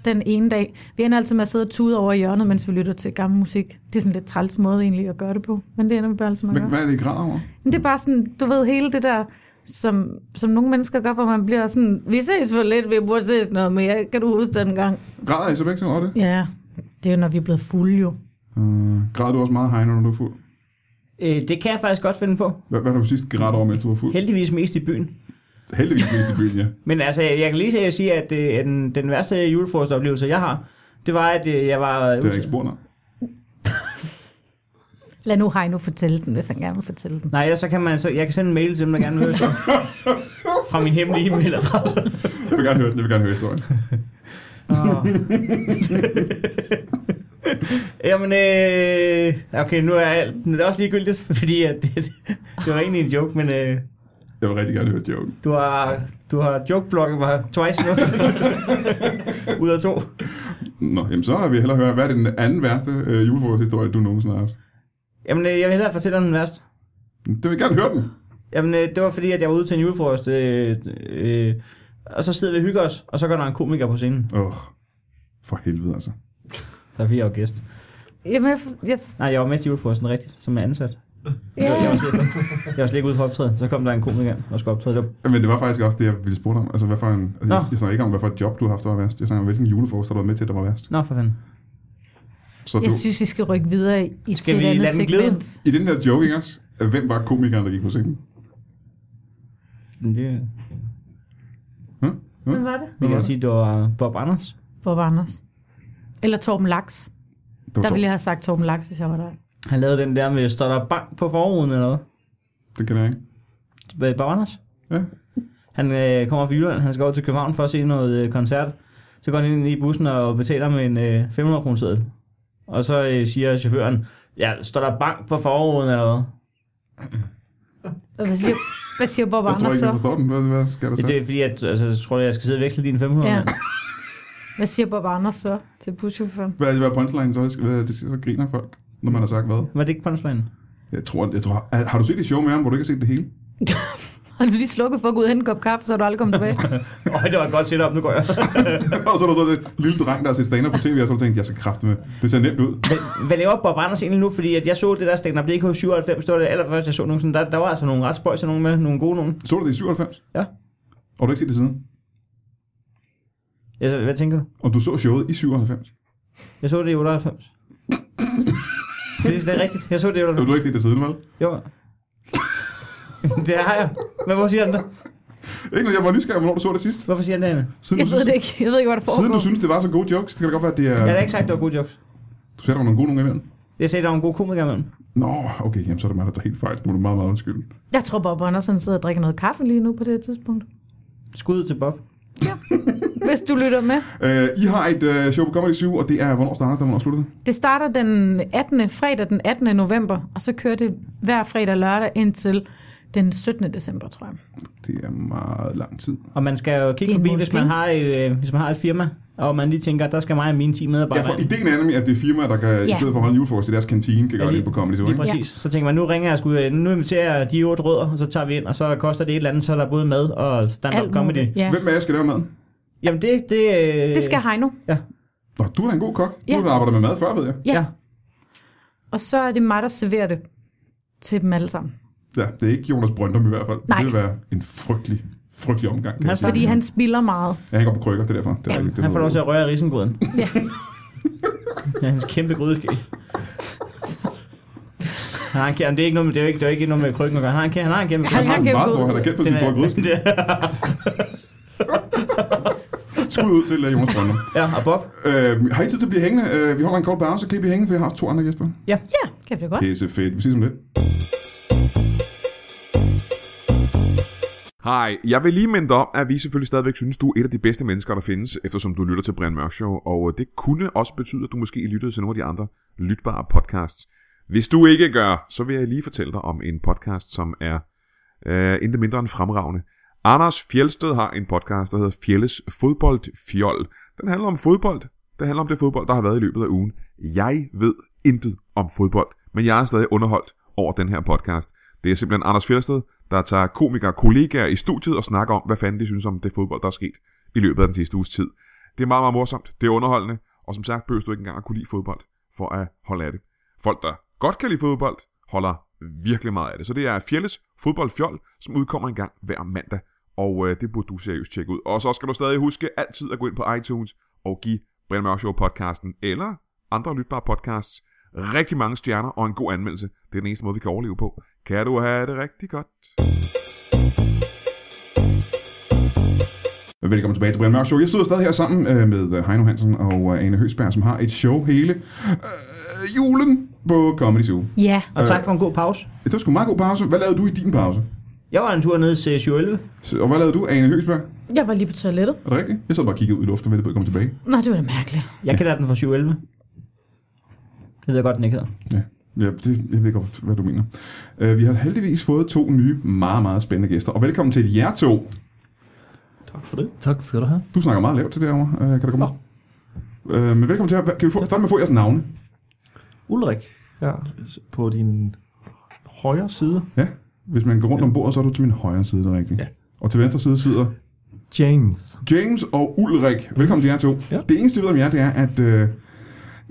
[SPEAKER 3] den ene dag. Vi ender altid med at sidde og tude over i hjørnet, mens vi lytter til gammel musik. Det er sådan lidt træls måde egentlig at gøre det på, men det ender vi bare altid med at
[SPEAKER 1] Hvad,
[SPEAKER 3] gøre.
[SPEAKER 1] hvad er det, I græder over?
[SPEAKER 3] Men det er bare sådan, du ved, hele det der, som, som nogle mennesker gør, hvor man bliver sådan, vi ses for lidt, vi burde ses noget mere, kan du huske den gang?
[SPEAKER 1] Græder I så begge to over det?
[SPEAKER 3] Ja, det er jo, når vi er blevet fulde jo.
[SPEAKER 1] Øh, græder du også meget, Heino, når du er fuld?
[SPEAKER 2] øh, det kan jeg faktisk godt finde på.
[SPEAKER 1] Hvad, hvad har du sidst grædt over, mens du var fuld?
[SPEAKER 2] Heldigvis mest i byen.
[SPEAKER 1] Heldigvis mest i byen, ja.
[SPEAKER 2] Men altså, jeg kan lige sige, at øh, den, den værste julefrokostoplevelse, jeg har, det var, at øh, jeg var...
[SPEAKER 1] Det er jeg ikke spurgt om.
[SPEAKER 3] Lad nu Heino fortælle den, hvis han gerne vil fortælle den.
[SPEAKER 2] Nej, ellers så kan man, så jeg kan sende en mail til dem, der gerne vil høre historien. Fra min hemmelige e-mailadresse.
[SPEAKER 1] Jeg vil gerne høre den, jeg vil gerne høre historien.
[SPEAKER 2] Jamen, øh, okay, nu er alt, nu er det også ligegyldigt, fordi at det, det var egentlig en joke, men øh,
[SPEAKER 1] Jeg vil rigtig gerne høre joken.
[SPEAKER 2] du har, du har joke-blogget mig twice nu. Ud af to.
[SPEAKER 1] Nå, jamen så vil jeg hellere høre, hvad er den anden værste øh, julefrokosthistorie, du nogensinde har haft?
[SPEAKER 2] Jamen, øh, jeg vil hellere fortælle om den værste.
[SPEAKER 1] Det vil jeg gerne høre den.
[SPEAKER 2] Jamen, øh, det var fordi, at jeg var ude til en julefrokost, øh, øh, og så sidder vi og hygger os, og så går der en komiker på scenen.
[SPEAKER 1] Åh, oh, for helvede altså.
[SPEAKER 2] Der er fire jeg jo gæst.
[SPEAKER 3] Jamen, jeg, for- jeg,
[SPEAKER 2] Nej, jeg var med til julefrokosten rigtigt, som er ansat.
[SPEAKER 3] ja.
[SPEAKER 2] Jeg var, slet, jeg var slet ikke ude på optræden. Så kom der en komiker ind og skulle optræde. Det var
[SPEAKER 1] Men det var faktisk også det, jeg ville spørge dig om. Altså, hvad for en, altså, jeg,
[SPEAKER 2] Nå.
[SPEAKER 1] jeg snakker ikke om, hvad for et job du har haft, der var værst. Jeg snakker om, hvilken julefrokost, har du været med til, der var værst.
[SPEAKER 2] Nå, for fanden.
[SPEAKER 1] Så du,
[SPEAKER 3] Jeg synes, vi skal rykke videre i
[SPEAKER 2] Skal
[SPEAKER 3] til
[SPEAKER 2] vi
[SPEAKER 3] et andet
[SPEAKER 2] lade den glide?
[SPEAKER 3] segment.
[SPEAKER 1] i den der joking også, hvem var komikeren, der gik på scenen?
[SPEAKER 2] Men Det,
[SPEAKER 3] Hvem var det?
[SPEAKER 2] det kan
[SPEAKER 1] var
[SPEAKER 2] jeg sige, det var Bob Anders.
[SPEAKER 3] Hvor var Anders? Eller Torben Laks.
[SPEAKER 1] Det var
[SPEAKER 3] Der
[SPEAKER 1] Torben.
[SPEAKER 3] ville jeg have sagt Torben Laks, hvis jeg var der.
[SPEAKER 2] Han lavede den der med, står der bank på forruden eller noget?
[SPEAKER 1] Det kan jeg ikke.
[SPEAKER 2] Hvad, Bob Anders?
[SPEAKER 1] Ja.
[SPEAKER 2] Han øh, kommer fra Jylland, han skal over til København for at se noget øh, koncert. Så går han ind i bussen og betaler med en øh, 500 kroner seddel. Og så øh, siger chaufføren, ja, står der bank på forruden eller hvad?
[SPEAKER 3] Og Hvad siger, hvad siger Bob
[SPEAKER 1] Jeg tror
[SPEAKER 3] Anders
[SPEAKER 1] ikke, jeg
[SPEAKER 3] så?
[SPEAKER 1] forstår den. Hvad, hvad skal der så?
[SPEAKER 2] Det er fordi, at, altså, jeg tror, jeg skal sidde og veksle dine 500.
[SPEAKER 3] Ja.
[SPEAKER 2] mand.
[SPEAKER 3] Hvad siger Bob Anders så til buschaufføren?
[SPEAKER 1] Hvad, hvad er punchline så? Hvad, det, så griner folk, når man har sagt hvad.
[SPEAKER 2] Var det ikke punchline?
[SPEAKER 1] Jeg tror, jeg tror, har har du set det show med ham, hvor du ikke har set det hele?
[SPEAKER 3] Har du lige slukket for at gå ud og hente en kop kaffe, så er du aldrig kommet tilbage?
[SPEAKER 2] Åh, oh, det var et godt setup, nu går jeg.
[SPEAKER 1] og så er der så det lille dreng, der har set stand på tv, og så har du tænkt, jeg skal kræfte med. Det ser nemt ud.
[SPEAKER 2] Hvad- Hvad laver Bob Anders egentlig nu? Fordi at jeg så det der stand-up DK 97, det var det allerførste, jeg så nogen sådan. Der, der var altså nogle ret spøjse nogen med, nogle gode nogen.
[SPEAKER 1] Så du det i 97?
[SPEAKER 2] Ja.
[SPEAKER 1] Og du har ikke set det siden?
[SPEAKER 2] Altså, hvad tænker du?
[SPEAKER 1] Og du så showet i 97?
[SPEAKER 2] Jeg så det i 98. det, er- det er rigtigt. Jeg så det i
[SPEAKER 1] Og du
[SPEAKER 2] 98.
[SPEAKER 1] har ikke set det siden, vel?
[SPEAKER 2] Jo. det har jeg. Men hvorfor siger han det?
[SPEAKER 1] Ikke noget, jeg var nysgerrig, hvornår du så det sidst.
[SPEAKER 2] Hvorfor siger han det, Anne?
[SPEAKER 1] Siden,
[SPEAKER 3] Jeg
[SPEAKER 1] du
[SPEAKER 3] ved
[SPEAKER 1] synes,
[SPEAKER 3] det ikke. Jeg ved ikke, hvad der
[SPEAKER 1] siden
[SPEAKER 3] foregår.
[SPEAKER 1] du synes, det var så gode jokes, det kan da godt være, at det er...
[SPEAKER 2] Jeg har da ikke sagt, at det var gode jokes.
[SPEAKER 1] Du sagde, der var nogle gode nogle imellem.
[SPEAKER 2] Jeg sagde, at der var en god komiker imellem.
[SPEAKER 1] Nå, okay, jamen, så er det mig, der tager helt fejl. Det må du meget, meget undskylde.
[SPEAKER 3] Jeg tror, Bob Andersen sidder og drikker noget kaffe lige nu på det her tidspunkt.
[SPEAKER 2] Skud til Bob.
[SPEAKER 3] Hvis du lytter med.
[SPEAKER 1] Øh, I har et øh, show på Comedy 7, og det er, hvornår starter det, og hvornår slutter det?
[SPEAKER 3] Det starter den 18. fredag den 18. november, og så kører det hver fredag og lørdag indtil den 17. december, tror jeg.
[SPEAKER 1] Det er meget lang tid.
[SPEAKER 2] Og man skal jo
[SPEAKER 3] Det
[SPEAKER 2] kigge
[SPEAKER 3] er en
[SPEAKER 2] forbi,
[SPEAKER 3] måneds
[SPEAKER 2] hvis man,
[SPEAKER 3] penge.
[SPEAKER 2] har et, øh, hvis man har et firma, og man lige tænker, der skal mig og mine 10
[SPEAKER 1] Ja,
[SPEAKER 2] medarbejdere.
[SPEAKER 1] for ideen er nemlig, at det er firmaer, der kan, ja. i
[SPEAKER 3] Ja.
[SPEAKER 1] stedet for at holde en julefrokost i deres kantine, kan gøre det
[SPEAKER 2] lige-
[SPEAKER 1] inde på Comedy 7,
[SPEAKER 2] Lige
[SPEAKER 1] ikke?
[SPEAKER 2] præcis. Ja. Så tænker man, nu ringer jeg sgu, øh, nu inviterer jeg de otte rødder, og så tager vi ind, og så koster det et eller andet, så er der både mad og stand-up comedy.
[SPEAKER 3] muligt. Ja.
[SPEAKER 1] Hvem af jer skal lave maden?
[SPEAKER 2] Jamen det, det, øh,
[SPEAKER 3] Det skal Heino.
[SPEAKER 1] Nå, du er da en god kok. Du
[SPEAKER 3] Ja.
[SPEAKER 1] har da arbejdet med mad før, ved jeg.
[SPEAKER 2] ja.
[SPEAKER 3] Ja.
[SPEAKER 2] ja.
[SPEAKER 3] Og så er det mig, der serverer det til dem alle sammen.
[SPEAKER 1] Ja, det er ikke Jonas Brøndum i hvert fald.
[SPEAKER 3] Nej.
[SPEAKER 1] Det vil være en frygtelig, frygtelig omgang. Kan
[SPEAKER 2] Han
[SPEAKER 1] jeg sige.
[SPEAKER 3] Fordi han spiller meget.
[SPEAKER 1] Ja, han går på krykker, det er derfor. Det er
[SPEAKER 3] Jamen,
[SPEAKER 1] rigtigt, det er
[SPEAKER 2] Han får lov
[SPEAKER 1] noget-
[SPEAKER 2] til at røre i risengrøden.
[SPEAKER 3] Ja.
[SPEAKER 2] ja, hans kæmpe grydeske. Han har en, kæ- jamen, det er ikke noget med, det er jo ikke, det er jo ikke noget med krykken at gøre. Han har en, kæ- han har en kæmpe øh,
[SPEAKER 1] Han har
[SPEAKER 3] Han
[SPEAKER 1] en
[SPEAKER 3] kan
[SPEAKER 1] meget
[SPEAKER 3] gå-
[SPEAKER 1] stor, han er kendt for sin store gryde.
[SPEAKER 2] Det er-
[SPEAKER 1] Skud ud til øh, Jonas Brøndum.
[SPEAKER 2] ja, og Bob.
[SPEAKER 1] Øh, har I tid til at blive hængende? Øh, vi holder en kort pause, kan I blive hængende, for jeg har også to andre gæster.
[SPEAKER 3] Ja, kan det godt.
[SPEAKER 1] Pisse fedt. Vi ses om lidt.
[SPEAKER 4] Hej, jeg vil lige minde dig om, at vi selvfølgelig stadigvæk synes, du er et af de bedste mennesker, der findes, eftersom du lytter til Brian Mørk Show, og øh, det kunne også betyde, at du måske lyttede til nogle af de andre lytbare podcasts. Hvis du ikke gør, så vil jeg lige fortælle dig om en podcast, som er øh, intet mindre end fremragende. Anders Fjelsted har en podcast, der hedder Fjelles Fodboldfjold. Den handler om fodbold. Det handler om det fodbold, der har været i løbet af ugen. Jeg ved intet om fodbold, men jeg er stadig underholdt over den her podcast. Det er simpelthen Anders Fjelsted, der tager komikere og kollegaer i studiet og snakker om, hvad fanden de synes om det fodbold, der er sket i løbet af den sidste uges tid. Det er meget, meget morsomt. Det er underholdende. Og som sagt, behøver du ikke engang at kunne lide fodbold for at holde af det. Folk, der godt kan lide fodbold, holder virkelig meget af det. Så det er Fjelles Fodboldfjol, som udkommer en gang hver mandag. Og øh, det burde du seriøst tjekke ud. Og så skal du stadig huske altid at gå ind på iTunes og give Brian Mørk Show podcasten eller andre lytbare podcasts rigtig mange stjerner og en god anmeldelse. Det er den eneste måde, vi kan overleve på. Kan du have det rigtig godt?
[SPEAKER 1] Velkommen tilbage til Brian Mørk Show. Jeg sidder stadig her sammen øh, med øh, Heino Hansen og øh, Ane Høsberg, som har et show hele øh, julen på Comedy Zoo.
[SPEAKER 3] Ja,
[SPEAKER 2] Og tak for en god pause.
[SPEAKER 1] Det var sgu en meget god pause. Hvad lavede du i din pause?
[SPEAKER 2] Jeg var en tur nede til 711.
[SPEAKER 1] Så- Og hvad lavede du, Ane Høsberg?
[SPEAKER 3] jeg var lige på toilettet.
[SPEAKER 1] Er det rigtigt? Jeg sad bare og kiggede ud i luften, ved det på at komme tilbage.
[SPEAKER 3] Nå, det var da mærkeligt.
[SPEAKER 2] Jeg kalder den for 711. Det ved jeg godt, den ikke hedder.
[SPEAKER 1] Ja, ja det, jeg ved godt, hvad du mener. Øh, vi har heldigvis fået to nye, meget, meget spændende gæster. Og velkommen til jer to.
[SPEAKER 5] Tak skal du have.
[SPEAKER 1] Du snakker meget lavt til det herovre. Øh, kan du komme op? Øh, men velkommen til jer. Hva- Kan vi få, starte med at få jeres navne?
[SPEAKER 5] Ulrik, ja, på din højre side.
[SPEAKER 1] Ja. Hvis man går rundt om bordet, så er du til min højre side, det er rigtigt.
[SPEAKER 5] Ja.
[SPEAKER 1] Og til venstre side sidder
[SPEAKER 5] James.
[SPEAKER 1] James og Ulrik. Velkommen til jer to.
[SPEAKER 5] Ja.
[SPEAKER 1] Det eneste, jeg ved om jer, det er, at øh,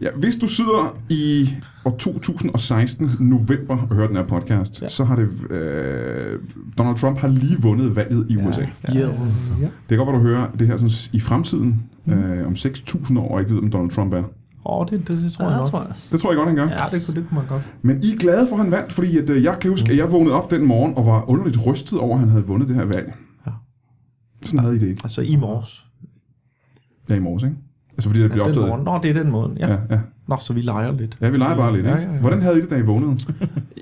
[SPEAKER 1] ja, hvis du sidder i år 2016 november og hører den her podcast, ja. så har det... Øh, Donald Trump har lige vundet valget i USA.
[SPEAKER 5] Yes. Ja.
[SPEAKER 1] Det kan godt være, du hører det her sådan, i fremtiden, mm. øh, om 6.000 år, og ikke ved, om Donald Trump er.
[SPEAKER 6] Åh, oh, det, det, det tror jeg nok.
[SPEAKER 5] tror jeg også.
[SPEAKER 1] Det tror jeg godt, han gør.
[SPEAKER 6] Ja, det, kunne- det kunne man godt. Mm.
[SPEAKER 1] Men I er glade for, at han vandt, fordi at, øh, jeg kan huske, at jeg vågnede op den morgen og var underligt rystet over, at han havde vundet det her valg.
[SPEAKER 6] Ja.
[SPEAKER 1] Sådan havde I det ikke.
[SPEAKER 6] Altså i morges.
[SPEAKER 1] Ja, i morges, ikke? Altså fordi det blev
[SPEAKER 6] Ja, den
[SPEAKER 1] optaget.
[SPEAKER 6] morgen. Nå, det er den måde. Ja.
[SPEAKER 1] Ja,
[SPEAKER 6] ja.
[SPEAKER 1] ja.
[SPEAKER 6] Nå, så vi leger lidt.
[SPEAKER 1] ja, vi leger bare lidt, ikke?
[SPEAKER 6] Ja, ja, ja.
[SPEAKER 1] Hvordan havde I det, da I vågnede?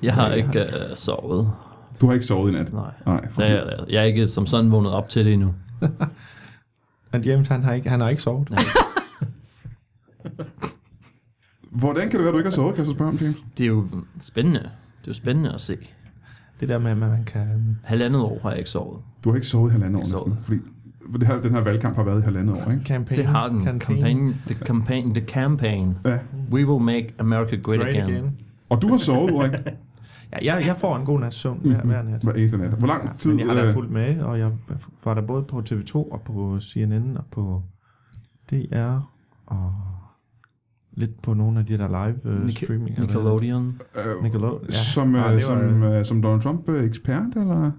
[SPEAKER 7] Jeg har ikke øh, sovet.
[SPEAKER 1] Du har ikke sovet i nat?
[SPEAKER 6] Nej.
[SPEAKER 1] Nej,
[SPEAKER 7] Så jeg, jeg er ikke som sådan vågnet op til det endnu.
[SPEAKER 6] Men James, han har ikke, han har ikke sovet.
[SPEAKER 1] Hvordan kan det være, du ikke har sovet, kan jeg så spørge om, James?
[SPEAKER 7] Det er jo spændende. Det er jo spændende at se.
[SPEAKER 6] Det der med, at man kan...
[SPEAKER 7] Halvandet år har jeg ikke sovet.
[SPEAKER 1] Du har ikke sovet i halvandet år
[SPEAKER 7] Ikke
[SPEAKER 1] næsten, fordi det her, den her valgkamp har været i halvandet år, ikke?
[SPEAKER 6] Campaign,
[SPEAKER 7] Det har den. Campaign, the campaign, the campaign.
[SPEAKER 1] Ja.
[SPEAKER 7] We will make America great,
[SPEAKER 6] Great
[SPEAKER 7] again.
[SPEAKER 6] again.
[SPEAKER 1] Og du har sovet, Ulrik,
[SPEAKER 6] Ja, jeg, jeg får en god nats søvn hver, hver nat.
[SPEAKER 1] Mhm. hver eneste nat. Hvor lang
[SPEAKER 6] Ja,
[SPEAKER 1] tid...
[SPEAKER 6] men jeg har da
[SPEAKER 1] øh,
[SPEAKER 6] fulgt med, og jeg var der både på TV2 og på CNN og på DR og lidt på nogle af de der live uh,
[SPEAKER 7] Nicke-
[SPEAKER 6] streaminger. der er.
[SPEAKER 7] Nickelodeon.
[SPEAKER 1] øh,
[SPEAKER 6] Nickelodeon. Ja.
[SPEAKER 1] Som,
[SPEAKER 6] Nej,
[SPEAKER 1] øh,
[SPEAKER 6] det var-
[SPEAKER 1] som, øh, som Donald Trump-ekspert, eller?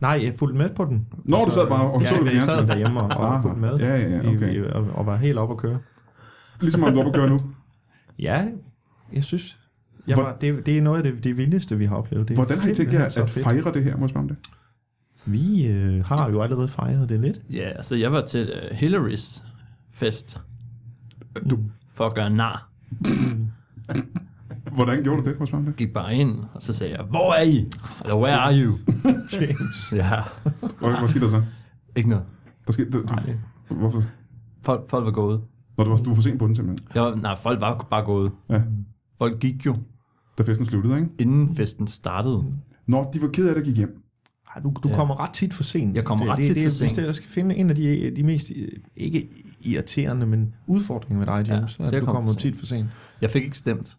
[SPEAKER 6] Nej, jeg fulgte med på den.
[SPEAKER 1] Nå, du sad bare og så det
[SPEAKER 6] ja,
[SPEAKER 1] på
[SPEAKER 6] jeg sad
[SPEAKER 1] fjernsynet.
[SPEAKER 6] derhjemme og, og
[SPEAKER 1] Aha.
[SPEAKER 6] fulgte med.
[SPEAKER 1] Ja, ja, ja,
[SPEAKER 6] I-
[SPEAKER 1] okay.
[SPEAKER 6] i- og, og var helt oppe at køre.
[SPEAKER 1] Ligesom han er oppe at gøre nu.
[SPEAKER 6] Ja, jeg synes, jeg
[SPEAKER 1] Hvor-
[SPEAKER 6] var, det, det er noget af det, det vildeste, vi har oplevet. Det er
[SPEAKER 1] Hvordan har I tænkt jer
[SPEAKER 6] simpelthen så
[SPEAKER 1] at
[SPEAKER 6] fedt.
[SPEAKER 1] fejre det her, må jeg spørge om det?
[SPEAKER 6] Vi øh, har jo allerede fejret det lidt.
[SPEAKER 7] Ja, yeah, så jeg var til uh, Hillarys fest.
[SPEAKER 1] Du,
[SPEAKER 7] for at gøre nar.
[SPEAKER 1] hvordan gjorde du det, må jeg spørge om det?
[SPEAKER 7] Gik bare ind, og så sagde jeg, hvor er I? Eller where are you? James. Ja,
[SPEAKER 1] Hvad, hvad skete der så?
[SPEAKER 7] ikke noget.
[SPEAKER 1] Der skete, du, du, hvorfor?
[SPEAKER 7] Folk, folk var gået.
[SPEAKER 1] Når du var, du var for sent på den, simpelthen.
[SPEAKER 7] Jeg var, nej, folk var bare gået.
[SPEAKER 1] Ja.
[SPEAKER 7] Folk gik jo,
[SPEAKER 1] Da festen sluttede, ikke?
[SPEAKER 7] inden festen startede.
[SPEAKER 1] Nå, de var ked af det, og gik hjem.
[SPEAKER 6] Ej, Du,
[SPEAKER 7] Ja.
[SPEAKER 6] du ja. kommer ret tit for sent.
[SPEAKER 7] Jeg kommer
[SPEAKER 6] det,
[SPEAKER 7] ret
[SPEAKER 6] det,
[SPEAKER 7] tit
[SPEAKER 6] det,
[SPEAKER 7] for sent.
[SPEAKER 6] Hvis det, jeg skal finde en af de, de mest, øh, ikke irriterende, men udfordringer med dig,
[SPEAKER 7] Ja,
[SPEAKER 6] James,
[SPEAKER 7] det
[SPEAKER 6] ja, at
[SPEAKER 7] er
[SPEAKER 6] du
[SPEAKER 7] kommet
[SPEAKER 6] kommer
[SPEAKER 7] for sent.
[SPEAKER 6] tit for sent.
[SPEAKER 7] Jeg fik ikke stemt.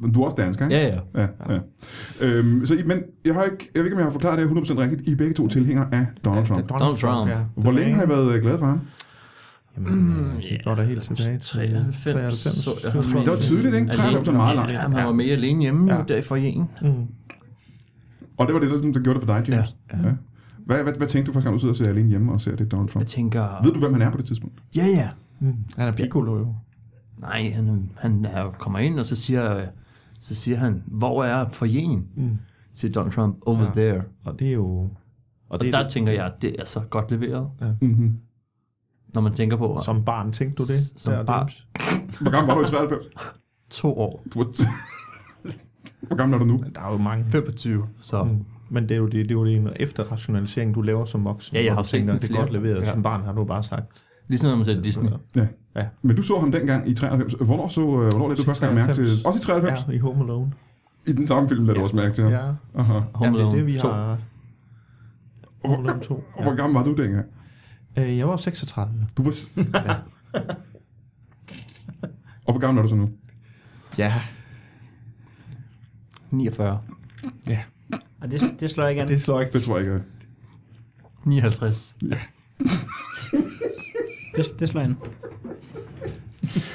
[SPEAKER 1] Men Du er også dansker, ikke?
[SPEAKER 7] Ja, ja.
[SPEAKER 1] Ja, ja. Øhm, så I, men jeg, har ikke, jeg ved ikke, om jeg har forklaret det her 100% rigtigt. I er begge to tilhængere af Donald Trump.
[SPEAKER 6] Donald,
[SPEAKER 7] Trump.
[SPEAKER 6] Ja.
[SPEAKER 1] Hvor længe har I været øh, glade for ham?
[SPEAKER 6] Det går da helt tilbage til
[SPEAKER 7] 93, så jeg ham.
[SPEAKER 1] Det var tidligt, ikke? 93 er meget langt.
[SPEAKER 7] Ja, man var mere alene hjemme ja.
[SPEAKER 1] Ja.
[SPEAKER 7] jo, der i forjen.
[SPEAKER 1] Og det var det, der, sådan, der gjorde det for dig, James.
[SPEAKER 7] Ja.
[SPEAKER 1] ja. Hvad, hvad, hvad tænkte du første gang, du sidder og ser alene hjemme og ser det Donald Trump?
[SPEAKER 7] Jeg tænker,
[SPEAKER 1] Ved du, hvem han er på det tidspunkt?
[SPEAKER 7] ja, ja.
[SPEAKER 6] Mm. Han er piccolo jo.
[SPEAKER 7] Nej, han, han er- kommer ind, og så siger, øh, så siger han, hvor er forjen? Mm. Siger Donald Trump, over ja. there.
[SPEAKER 6] Og det er jo...
[SPEAKER 7] Og det, der det. tænker jeg, at det er så godt leveret. Ja.
[SPEAKER 1] Mm-hmm.
[SPEAKER 7] Når man tænker på, at som
[SPEAKER 6] Som barn, tænkte du det?
[SPEAKER 7] S- som barn.
[SPEAKER 6] James?
[SPEAKER 1] Hvor gammel var du i 93?
[SPEAKER 7] to år,
[SPEAKER 1] Du var t- Hvor gammel er du nu?
[SPEAKER 6] Der er jo mange.
[SPEAKER 7] 25, så mm.
[SPEAKER 6] Men det er jo, det, det er jo det en efterrationalisering, du laver som voksen.
[SPEAKER 7] Ja, jeg
[SPEAKER 6] hvor
[SPEAKER 7] har
[SPEAKER 6] du
[SPEAKER 7] set
[SPEAKER 6] tænker,
[SPEAKER 7] den
[SPEAKER 6] det er
[SPEAKER 7] flere.
[SPEAKER 6] godt leveret.
[SPEAKER 7] Ja.
[SPEAKER 6] Som barn har du bare sagt.
[SPEAKER 7] ligesom når man ser Disney.
[SPEAKER 1] Ja.
[SPEAKER 6] Ja.
[SPEAKER 1] Men du så ham dengang i 93. Hvornår, så, øh, hvornår lagde du første gang mærke til...
[SPEAKER 6] 93.
[SPEAKER 1] Også i 93? Ja.
[SPEAKER 6] Ja, i Home Alone.
[SPEAKER 1] I den samme film lagde du også mærke til ham.
[SPEAKER 6] Ja,
[SPEAKER 1] Aha.
[SPEAKER 7] Home
[SPEAKER 6] ja det er
[SPEAKER 7] Alone
[SPEAKER 6] det, vi
[SPEAKER 7] 2.
[SPEAKER 6] har... Home Alone 2.
[SPEAKER 1] Og hvor gammel var du dengang?
[SPEAKER 6] Øh, jeg var 36.
[SPEAKER 1] Du var... s- og hvor gammel er du så nu?
[SPEAKER 6] Ja,
[SPEAKER 7] 49,
[SPEAKER 2] Og det, det slår jeg ikke an.
[SPEAKER 6] det slår ikke.
[SPEAKER 1] Det tror jeg ikke. jeg er.
[SPEAKER 7] 59.
[SPEAKER 2] Det, det slår jeg an.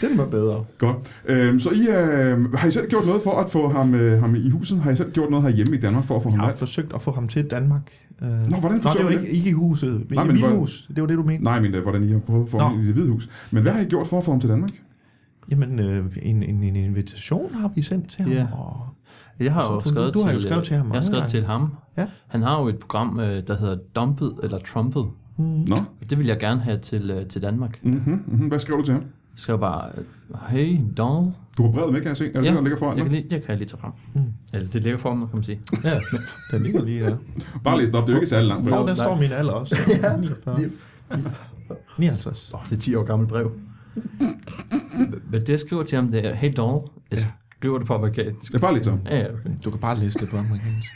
[SPEAKER 6] Den var bedre.
[SPEAKER 1] Godt. Øhm, så I, øh, har I selv gjort noget for at få ham, øh, ham i huset? Har I selv gjort noget herhjemme i Danmark for at få ham
[SPEAKER 6] Jeg har
[SPEAKER 1] valgt?
[SPEAKER 6] forsøgt at få ham til Danmark. Øh, Nå,
[SPEAKER 1] hvordan
[SPEAKER 6] Nå, det
[SPEAKER 1] forsøger
[SPEAKER 6] var
[SPEAKER 1] du
[SPEAKER 6] ikke, ikke i huset.
[SPEAKER 1] Nej,
[SPEAKER 6] Nej,
[SPEAKER 1] men
[SPEAKER 6] men I mit
[SPEAKER 1] hvordan-
[SPEAKER 6] hus. Det var det, du mente.
[SPEAKER 1] Nej, men øh, hvordan I har prøvet at få ham
[SPEAKER 6] Nå.
[SPEAKER 1] i det hvide hus. Men hvad har I gjort for at få ham til Danmark?
[SPEAKER 7] Mhm.
[SPEAKER 6] Jamen, øh, en, en, en invitation har vi sendt til ham.
[SPEAKER 7] Ja.
[SPEAKER 6] Og
[SPEAKER 7] Jeg har
[SPEAKER 6] Så
[SPEAKER 7] jo
[SPEAKER 6] du-
[SPEAKER 7] skrevet,
[SPEAKER 6] du har jo
[SPEAKER 7] til, øh,
[SPEAKER 6] skrevet til ham
[SPEAKER 7] Jeg har
[SPEAKER 6] mange
[SPEAKER 7] skrevet
[SPEAKER 6] gange.
[SPEAKER 7] til ham.
[SPEAKER 6] Ja.
[SPEAKER 7] Han har jo et program, øh, der hedder Dumpet eller Trumpet.
[SPEAKER 1] Nå,
[SPEAKER 7] Og det vil jeg gerne have til, øh, til Danmark.
[SPEAKER 1] mm-hmm, mm-hmm. hvad skrev du til ham?
[SPEAKER 7] Jeg skrev bare, øh, hey Donald.
[SPEAKER 1] Du har brevet med, kan jeg se. Er det ja.
[SPEAKER 7] Ja,
[SPEAKER 1] det, der ligger foran
[SPEAKER 7] Jeg
[SPEAKER 1] dig?
[SPEAKER 7] kan lige, det kan jeg lige tage frem.
[SPEAKER 6] Mm.
[SPEAKER 7] Eller det ligger for mig, kan man sige. Ja, men
[SPEAKER 6] den ligger lige der.
[SPEAKER 1] Bare læs det op, det er jo ikke særlig langt brev.
[SPEAKER 6] Og der står min alder også. 49. 59.
[SPEAKER 7] det er 10 år gammelt brev. Men det jeg skriver til ham, det er, hey Donald. Jeg skriver det på amerikansk.
[SPEAKER 1] Ja, bare lidt så.
[SPEAKER 7] Ja, ja, okay.
[SPEAKER 6] Du kan bare læse det på amerikansk.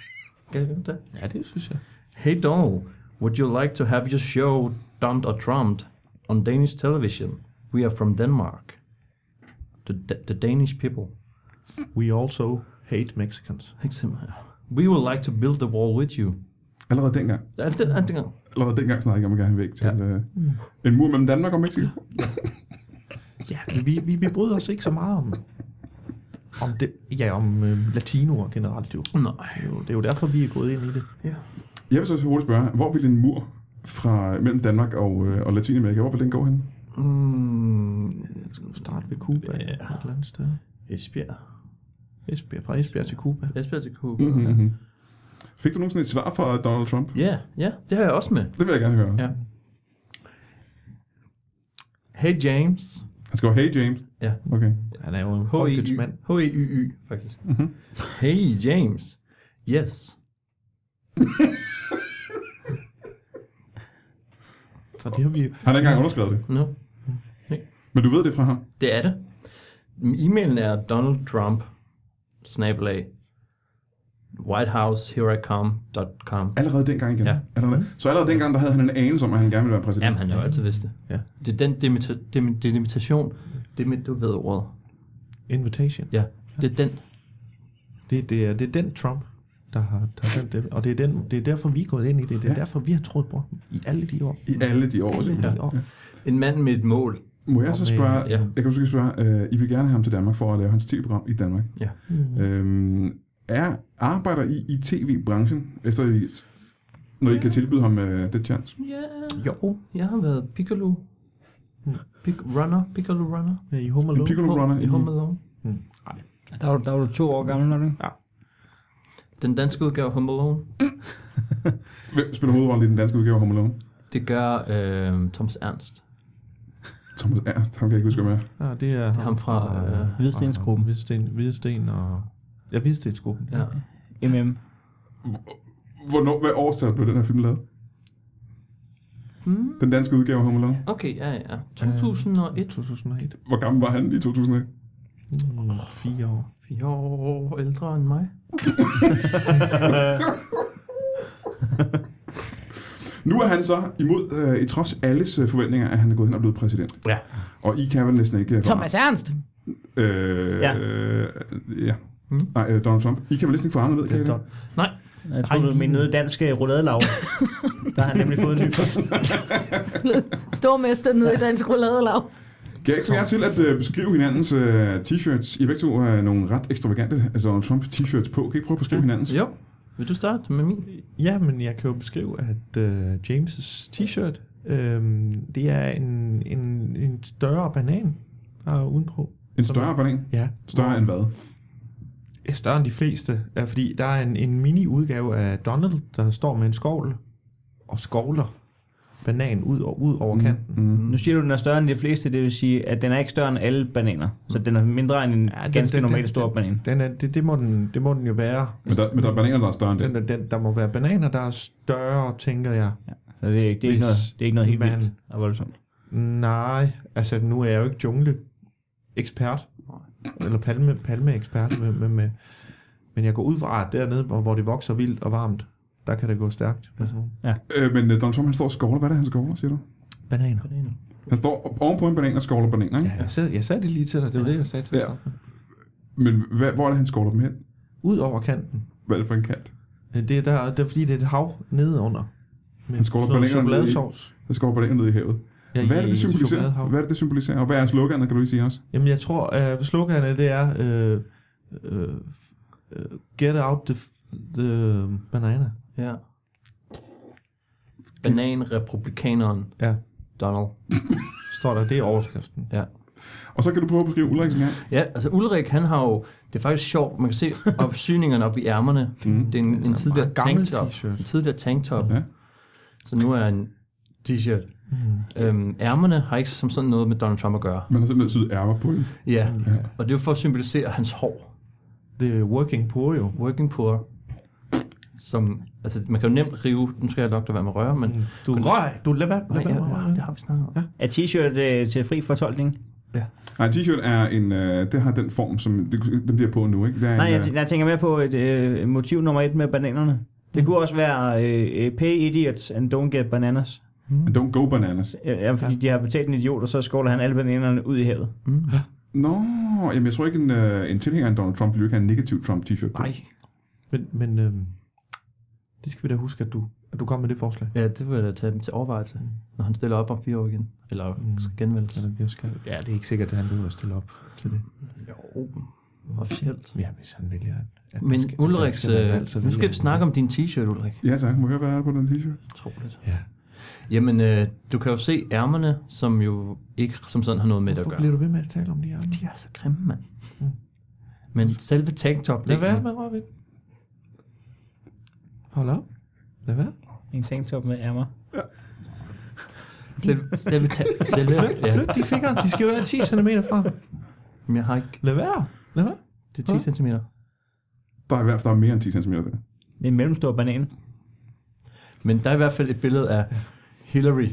[SPEAKER 7] Kan jeg gøre det?
[SPEAKER 6] Ja, det synes jeg.
[SPEAKER 7] Hey Donald, would you like to have your show Dumped or Trumped on Danish television? We are from Denmark. The, the, the Danish people.
[SPEAKER 6] We also hate Mexicans.
[SPEAKER 7] Ikke simpelthen. We would like to build the wall with you.
[SPEAKER 1] Allerede dengang.
[SPEAKER 7] Ja, det- ja, det-
[SPEAKER 1] Allerede dengang snakkede jeg om at gerne væk til
[SPEAKER 7] Ja. Mm.
[SPEAKER 1] ja. øh, en mur mellem Danmark og Mexico.
[SPEAKER 6] Ja, men vi, vi, vi bryder os ikke så meget om, om det, ja, om øh, latinoer generelt jo. Det
[SPEAKER 7] Nej.
[SPEAKER 6] er jo. Det er jo derfor, vi er gået ind i det.
[SPEAKER 1] Jeg vil så hurtigt spørge, hvor vil en mur fra mellem Danmark og, øh, og Latinamerika, hvor vil den gå hen?
[SPEAKER 7] Mm,
[SPEAKER 6] Start ved Cuba ja. et eller andet sted.
[SPEAKER 7] er Esbjerg.
[SPEAKER 6] Esbjerg, fra Esbjerg til Cuba.
[SPEAKER 7] Esbjerg til Cuba.
[SPEAKER 1] Mm-hmm. Fik du nogensinde et svar fra Donald Trump?
[SPEAKER 7] Ja, ja, det har jeg også med.
[SPEAKER 1] Det vil jeg gerne høre.
[SPEAKER 7] Ja. Hey James.
[SPEAKER 1] Han skriver, hey James.
[SPEAKER 7] Ja. E
[SPEAKER 1] Okay.
[SPEAKER 6] Han er jo en folkets mand. Mm-hmm.
[SPEAKER 7] H-E-Y-Y, faktisk. Hey James. Yes.
[SPEAKER 6] Så det har vi...
[SPEAKER 1] Han har ikke engang underskrevet det.
[SPEAKER 7] No.
[SPEAKER 1] Men du ved det fra ham.
[SPEAKER 7] Det er det. E-mailen er Donald Trump, snabelag, whitehousehierecome.com.
[SPEAKER 1] Allerede dengang igen.
[SPEAKER 7] Ja.
[SPEAKER 1] Allerede. Så allerede dengang, der havde han en anelse om, at han gerne ville være præsident.
[SPEAKER 7] Jamen, han har jo altid vidst det.
[SPEAKER 6] Ja.
[SPEAKER 7] Det er den demita- dem- delimitation. Dem- Du ved ordet.
[SPEAKER 6] Invitation.
[SPEAKER 7] Ja, det er den.
[SPEAKER 6] Det, det, er, det er den Trump, der har, der har valgt det. Og det er, den, det er derfor, vi er gået ind i det. Det er
[SPEAKER 1] Ja.
[SPEAKER 6] derfor, vi har troet på ham i alle de år.
[SPEAKER 1] I alle de år. simpelthen.
[SPEAKER 6] I år.
[SPEAKER 7] En mand med et mål.
[SPEAKER 1] Må jeg så spørge,
[SPEAKER 7] ja.
[SPEAKER 1] jeg kan måske spørge, øh, I vil gerne have ham til Danmark for at lave hans tv-program i Danmark.
[SPEAKER 7] Ja.
[SPEAKER 1] Øhm, er, arbejder I i tv-branchen, efter I, når I kan tilbyde ham øh, den chance?
[SPEAKER 6] Jo,
[SPEAKER 7] Jeg har været Piccolo. Pic- runner, Piccolo Runner.
[SPEAKER 6] ja, i Home
[SPEAKER 1] En
[SPEAKER 6] Alone.
[SPEAKER 1] Piccolo Runner
[SPEAKER 7] I
[SPEAKER 1] i
[SPEAKER 7] Home Alone.
[SPEAKER 8] Der var, der var du to år gammel, var du ikke?
[SPEAKER 7] Den danske udgave af Home Alone,
[SPEAKER 1] Hvem spiller hovedrollen i den danske udgave af Home Alone?
[SPEAKER 7] det gør øh, Thomas Ernst.
[SPEAKER 1] Thomas Ernst, ham kan jeg ikke huske, med.
[SPEAKER 6] Ja, det er ham,
[SPEAKER 7] Ham fra... Øh,
[SPEAKER 2] Hvidstensgruppen.
[SPEAKER 6] Hvidsten, Hvidsten og... Ja, Hvidstensgruppen.
[SPEAKER 7] ja.
[SPEAKER 2] MM.
[SPEAKER 1] Hvornår, hvad årstal blev den her film lavet?
[SPEAKER 7] Hmm?
[SPEAKER 1] Den danske udgave af Home Alone.
[SPEAKER 7] Okay, ja, ja. 2001.
[SPEAKER 6] 2001.
[SPEAKER 1] Hvor gammel var han i 2001?
[SPEAKER 6] Mm, fire år.
[SPEAKER 7] Fire år ældre end mig.
[SPEAKER 1] Nu er han så imod, øh, i trods alles øh, forventninger, at han er gået hen og blevet præsident.
[SPEAKER 7] Ja.
[SPEAKER 1] Og I kan vel næsten ikke... øh,
[SPEAKER 3] Thomas Ernst.
[SPEAKER 1] Øh, ja.
[SPEAKER 2] Ja.
[SPEAKER 1] ja. Nej, øh, Donald Trump. I kan vel næsten ikke få ham ned, kan I det?
[SPEAKER 7] Nej,
[SPEAKER 2] Jeg tror, du mener danske roulade-lav. Der har han nemlig fået en ny post.
[SPEAKER 3] Stormester nede i dansk roulade
[SPEAKER 1] Kan jeg ikke få jer til at øh, beskrive hinandens øh, t-shirts? I har begge to øh, nogle ret ekstravagante øh, Donald Trump t-shirts på. Kan I ikke prøve at beskrive hinandens?
[SPEAKER 7] jo. Vil du starte med min?
[SPEAKER 6] Ja, men jeg kan jo beskrive, at øh, James' t-shirt, øh, det er en, en, en større banan, der er udenpå.
[SPEAKER 1] En større banan?
[SPEAKER 6] Ja,
[SPEAKER 1] Større end hvad?
[SPEAKER 6] Ja, større end de fleste, ja, fordi der er en, en mini-udgave af Donald, der står med en skovl og skovler banan ud, og, ud over kanten. Mm,
[SPEAKER 2] Nu siger du, den er større end de fleste, det vil sige, at den er ikke større end alle bananer. Så den er mindre end en Mm. ja, ganske
[SPEAKER 6] den- den-
[SPEAKER 2] normal
[SPEAKER 6] den-
[SPEAKER 2] stor banan.
[SPEAKER 6] Den er, det, det, må den, det må den jo være.
[SPEAKER 1] Men der, men der er bananer, der er større end det.
[SPEAKER 6] Den, er- den, der må være bananer, der er større, tænker jeg.
[SPEAKER 2] Så det er, ikke- det er, ikke,
[SPEAKER 6] Hvis
[SPEAKER 2] noget, det er ikke noget helt
[SPEAKER 6] man-
[SPEAKER 2] vildt og voldsomt.
[SPEAKER 6] Nej, altså nu er jeg jo ikke jungle-ekspert, eller palme, palme-ekspert, men, men, men, men jeg går ud fra, at dernede, hvor, hvor det vokser vildt og varmt, der kan det gå stærkt. med sådan nogle
[SPEAKER 1] Øh, men øh, Donald Trump, han står og skovler. Hvad er det, han skovler, siger du?
[SPEAKER 6] Bananer.
[SPEAKER 1] Han står ovenpå en banan og skovler bananer, ikke?
[SPEAKER 6] Ja, jeg, sagde, jeg sagde det lige til dig, det var det, jeg sagde til
[SPEAKER 1] Ja.
[SPEAKER 6] dig.
[SPEAKER 1] Men hvad, hvor er det, han skovler dem hen?
[SPEAKER 6] Ud over kanten. Øh,
[SPEAKER 1] Hvad er det for en kant?
[SPEAKER 6] Det er, der, det er fordi, det er et hav nedenunder. Med
[SPEAKER 1] Han skovler
[SPEAKER 6] sådan noget
[SPEAKER 1] bananerne ned i-
[SPEAKER 6] chokoladesovs.
[SPEAKER 1] Han skovler bananer ned i havet.
[SPEAKER 6] Ja,
[SPEAKER 1] Hvad er det,
[SPEAKER 6] i
[SPEAKER 1] det symboliserer?
[SPEAKER 6] chokoladehav.
[SPEAKER 1] Hvad er det, det symboliserer? Og hvad er sloganet, kan du lige sige også?
[SPEAKER 6] Jamen, jeg tror, uh, sloganet det er øh, øh, øh, Get out the, the banana.
[SPEAKER 7] Ja. Bananrepublikaneren
[SPEAKER 6] Ja,
[SPEAKER 7] Donald.
[SPEAKER 6] står der. Det er overskriften.
[SPEAKER 7] Ja.
[SPEAKER 1] Og så kan du prøve at beskrive Ulrik sådan her.
[SPEAKER 7] Ja, altså Ulrik, han har jo... Det er faktisk sjovt, man kan se opsyningerne op i ærmerne. Mm. Det er en, en tidligere
[SPEAKER 6] gammel
[SPEAKER 7] tanktop.
[SPEAKER 6] t-shirt.
[SPEAKER 7] En tidligere tanktop.
[SPEAKER 1] Ja.
[SPEAKER 7] Så nu er en t-shirt. Mm. Øhm, ærmerne har ikke som sådan noget med Donald Trump at gøre.
[SPEAKER 1] Man har simpelthen syet ærmer på hende.
[SPEAKER 7] Ja. Og det er jo for at symbolisere hans hår.
[SPEAKER 6] Det er working poor jo.
[SPEAKER 7] Working poor. Som, altså, man kan jo nemt rive, nu skal jeg nok lade være med at røre, men... Mm.
[SPEAKER 6] Du røg, du lad være, lad
[SPEAKER 7] Nej,
[SPEAKER 6] være med at
[SPEAKER 7] ja,
[SPEAKER 6] røre.
[SPEAKER 7] ja, det har vi snakket om. Ja.
[SPEAKER 2] Er t-shirt øh, til fri fortolkning?
[SPEAKER 1] Nej, t-shirt er en, øh, det har den form, som det, dem de har på nu, ikke? Det er
[SPEAKER 2] Nej,
[SPEAKER 1] en,
[SPEAKER 2] jeg, jeg tænker mere på et, øh, motiv nummer et med bananerne. Det kunne også være øh, øh, pay idiots and don't get bananas.
[SPEAKER 1] øh, don't go bananas.
[SPEAKER 2] Øh, Ja, fordi de har betalt en idiot, og så skåler han alle bananerne ud i havet.
[SPEAKER 1] Nå, jamen jeg tror ikke, en, øh, en tilhænger af Donald Trump ville jo ikke have en negativ Trump-t-shirt på.
[SPEAKER 7] Nej.
[SPEAKER 6] Men, men øh, det skal vi da huske, at du, at du kom med det forslag.
[SPEAKER 7] Ja, det vil jeg da tage dem til overvejelse, når han stiller op om fire år igen. Eller skal genvælges.
[SPEAKER 6] Eller vi skal. Ja, det er ikke sikkert, at han behøver at stille op til det.
[SPEAKER 7] Jo, officielt.
[SPEAKER 6] Ja, hvis han vælger. At
[SPEAKER 7] Men Ulriks...
[SPEAKER 6] skal man
[SPEAKER 7] øh,
[SPEAKER 6] altid
[SPEAKER 7] Nu skal
[SPEAKER 6] vælge.
[SPEAKER 7] vi snakke om din t-shirt, Ulrik.
[SPEAKER 1] Ja tak, må jeg høre, hvad er der på den t-shirt?
[SPEAKER 7] Utroligt.
[SPEAKER 6] Ja.
[SPEAKER 7] Jamen, øh, du kan jo se ærmerne, som jo ikke som sådan har noget med det at
[SPEAKER 6] Hvorfor
[SPEAKER 7] gøre.
[SPEAKER 6] bliver du ved med at tale om de her?
[SPEAKER 7] De er så grimme, mand. Men selve tanktop,
[SPEAKER 6] Lad være med, Robin. Hold op. Lad være.
[SPEAKER 2] En tanktop med ærmer.
[SPEAKER 7] selve, selve, ta- selve ja.
[SPEAKER 6] De fingre, de skal jo være 10 cm fra.
[SPEAKER 7] Men jeg har ikke...
[SPEAKER 6] Lad være. Lad være.
[SPEAKER 7] Det er 10 cm.
[SPEAKER 1] Der er i hvert fald der er mere end 10 cm der.
[SPEAKER 2] En mellemstor banan.
[SPEAKER 7] Men der er i hvert fald et billede af Hillary,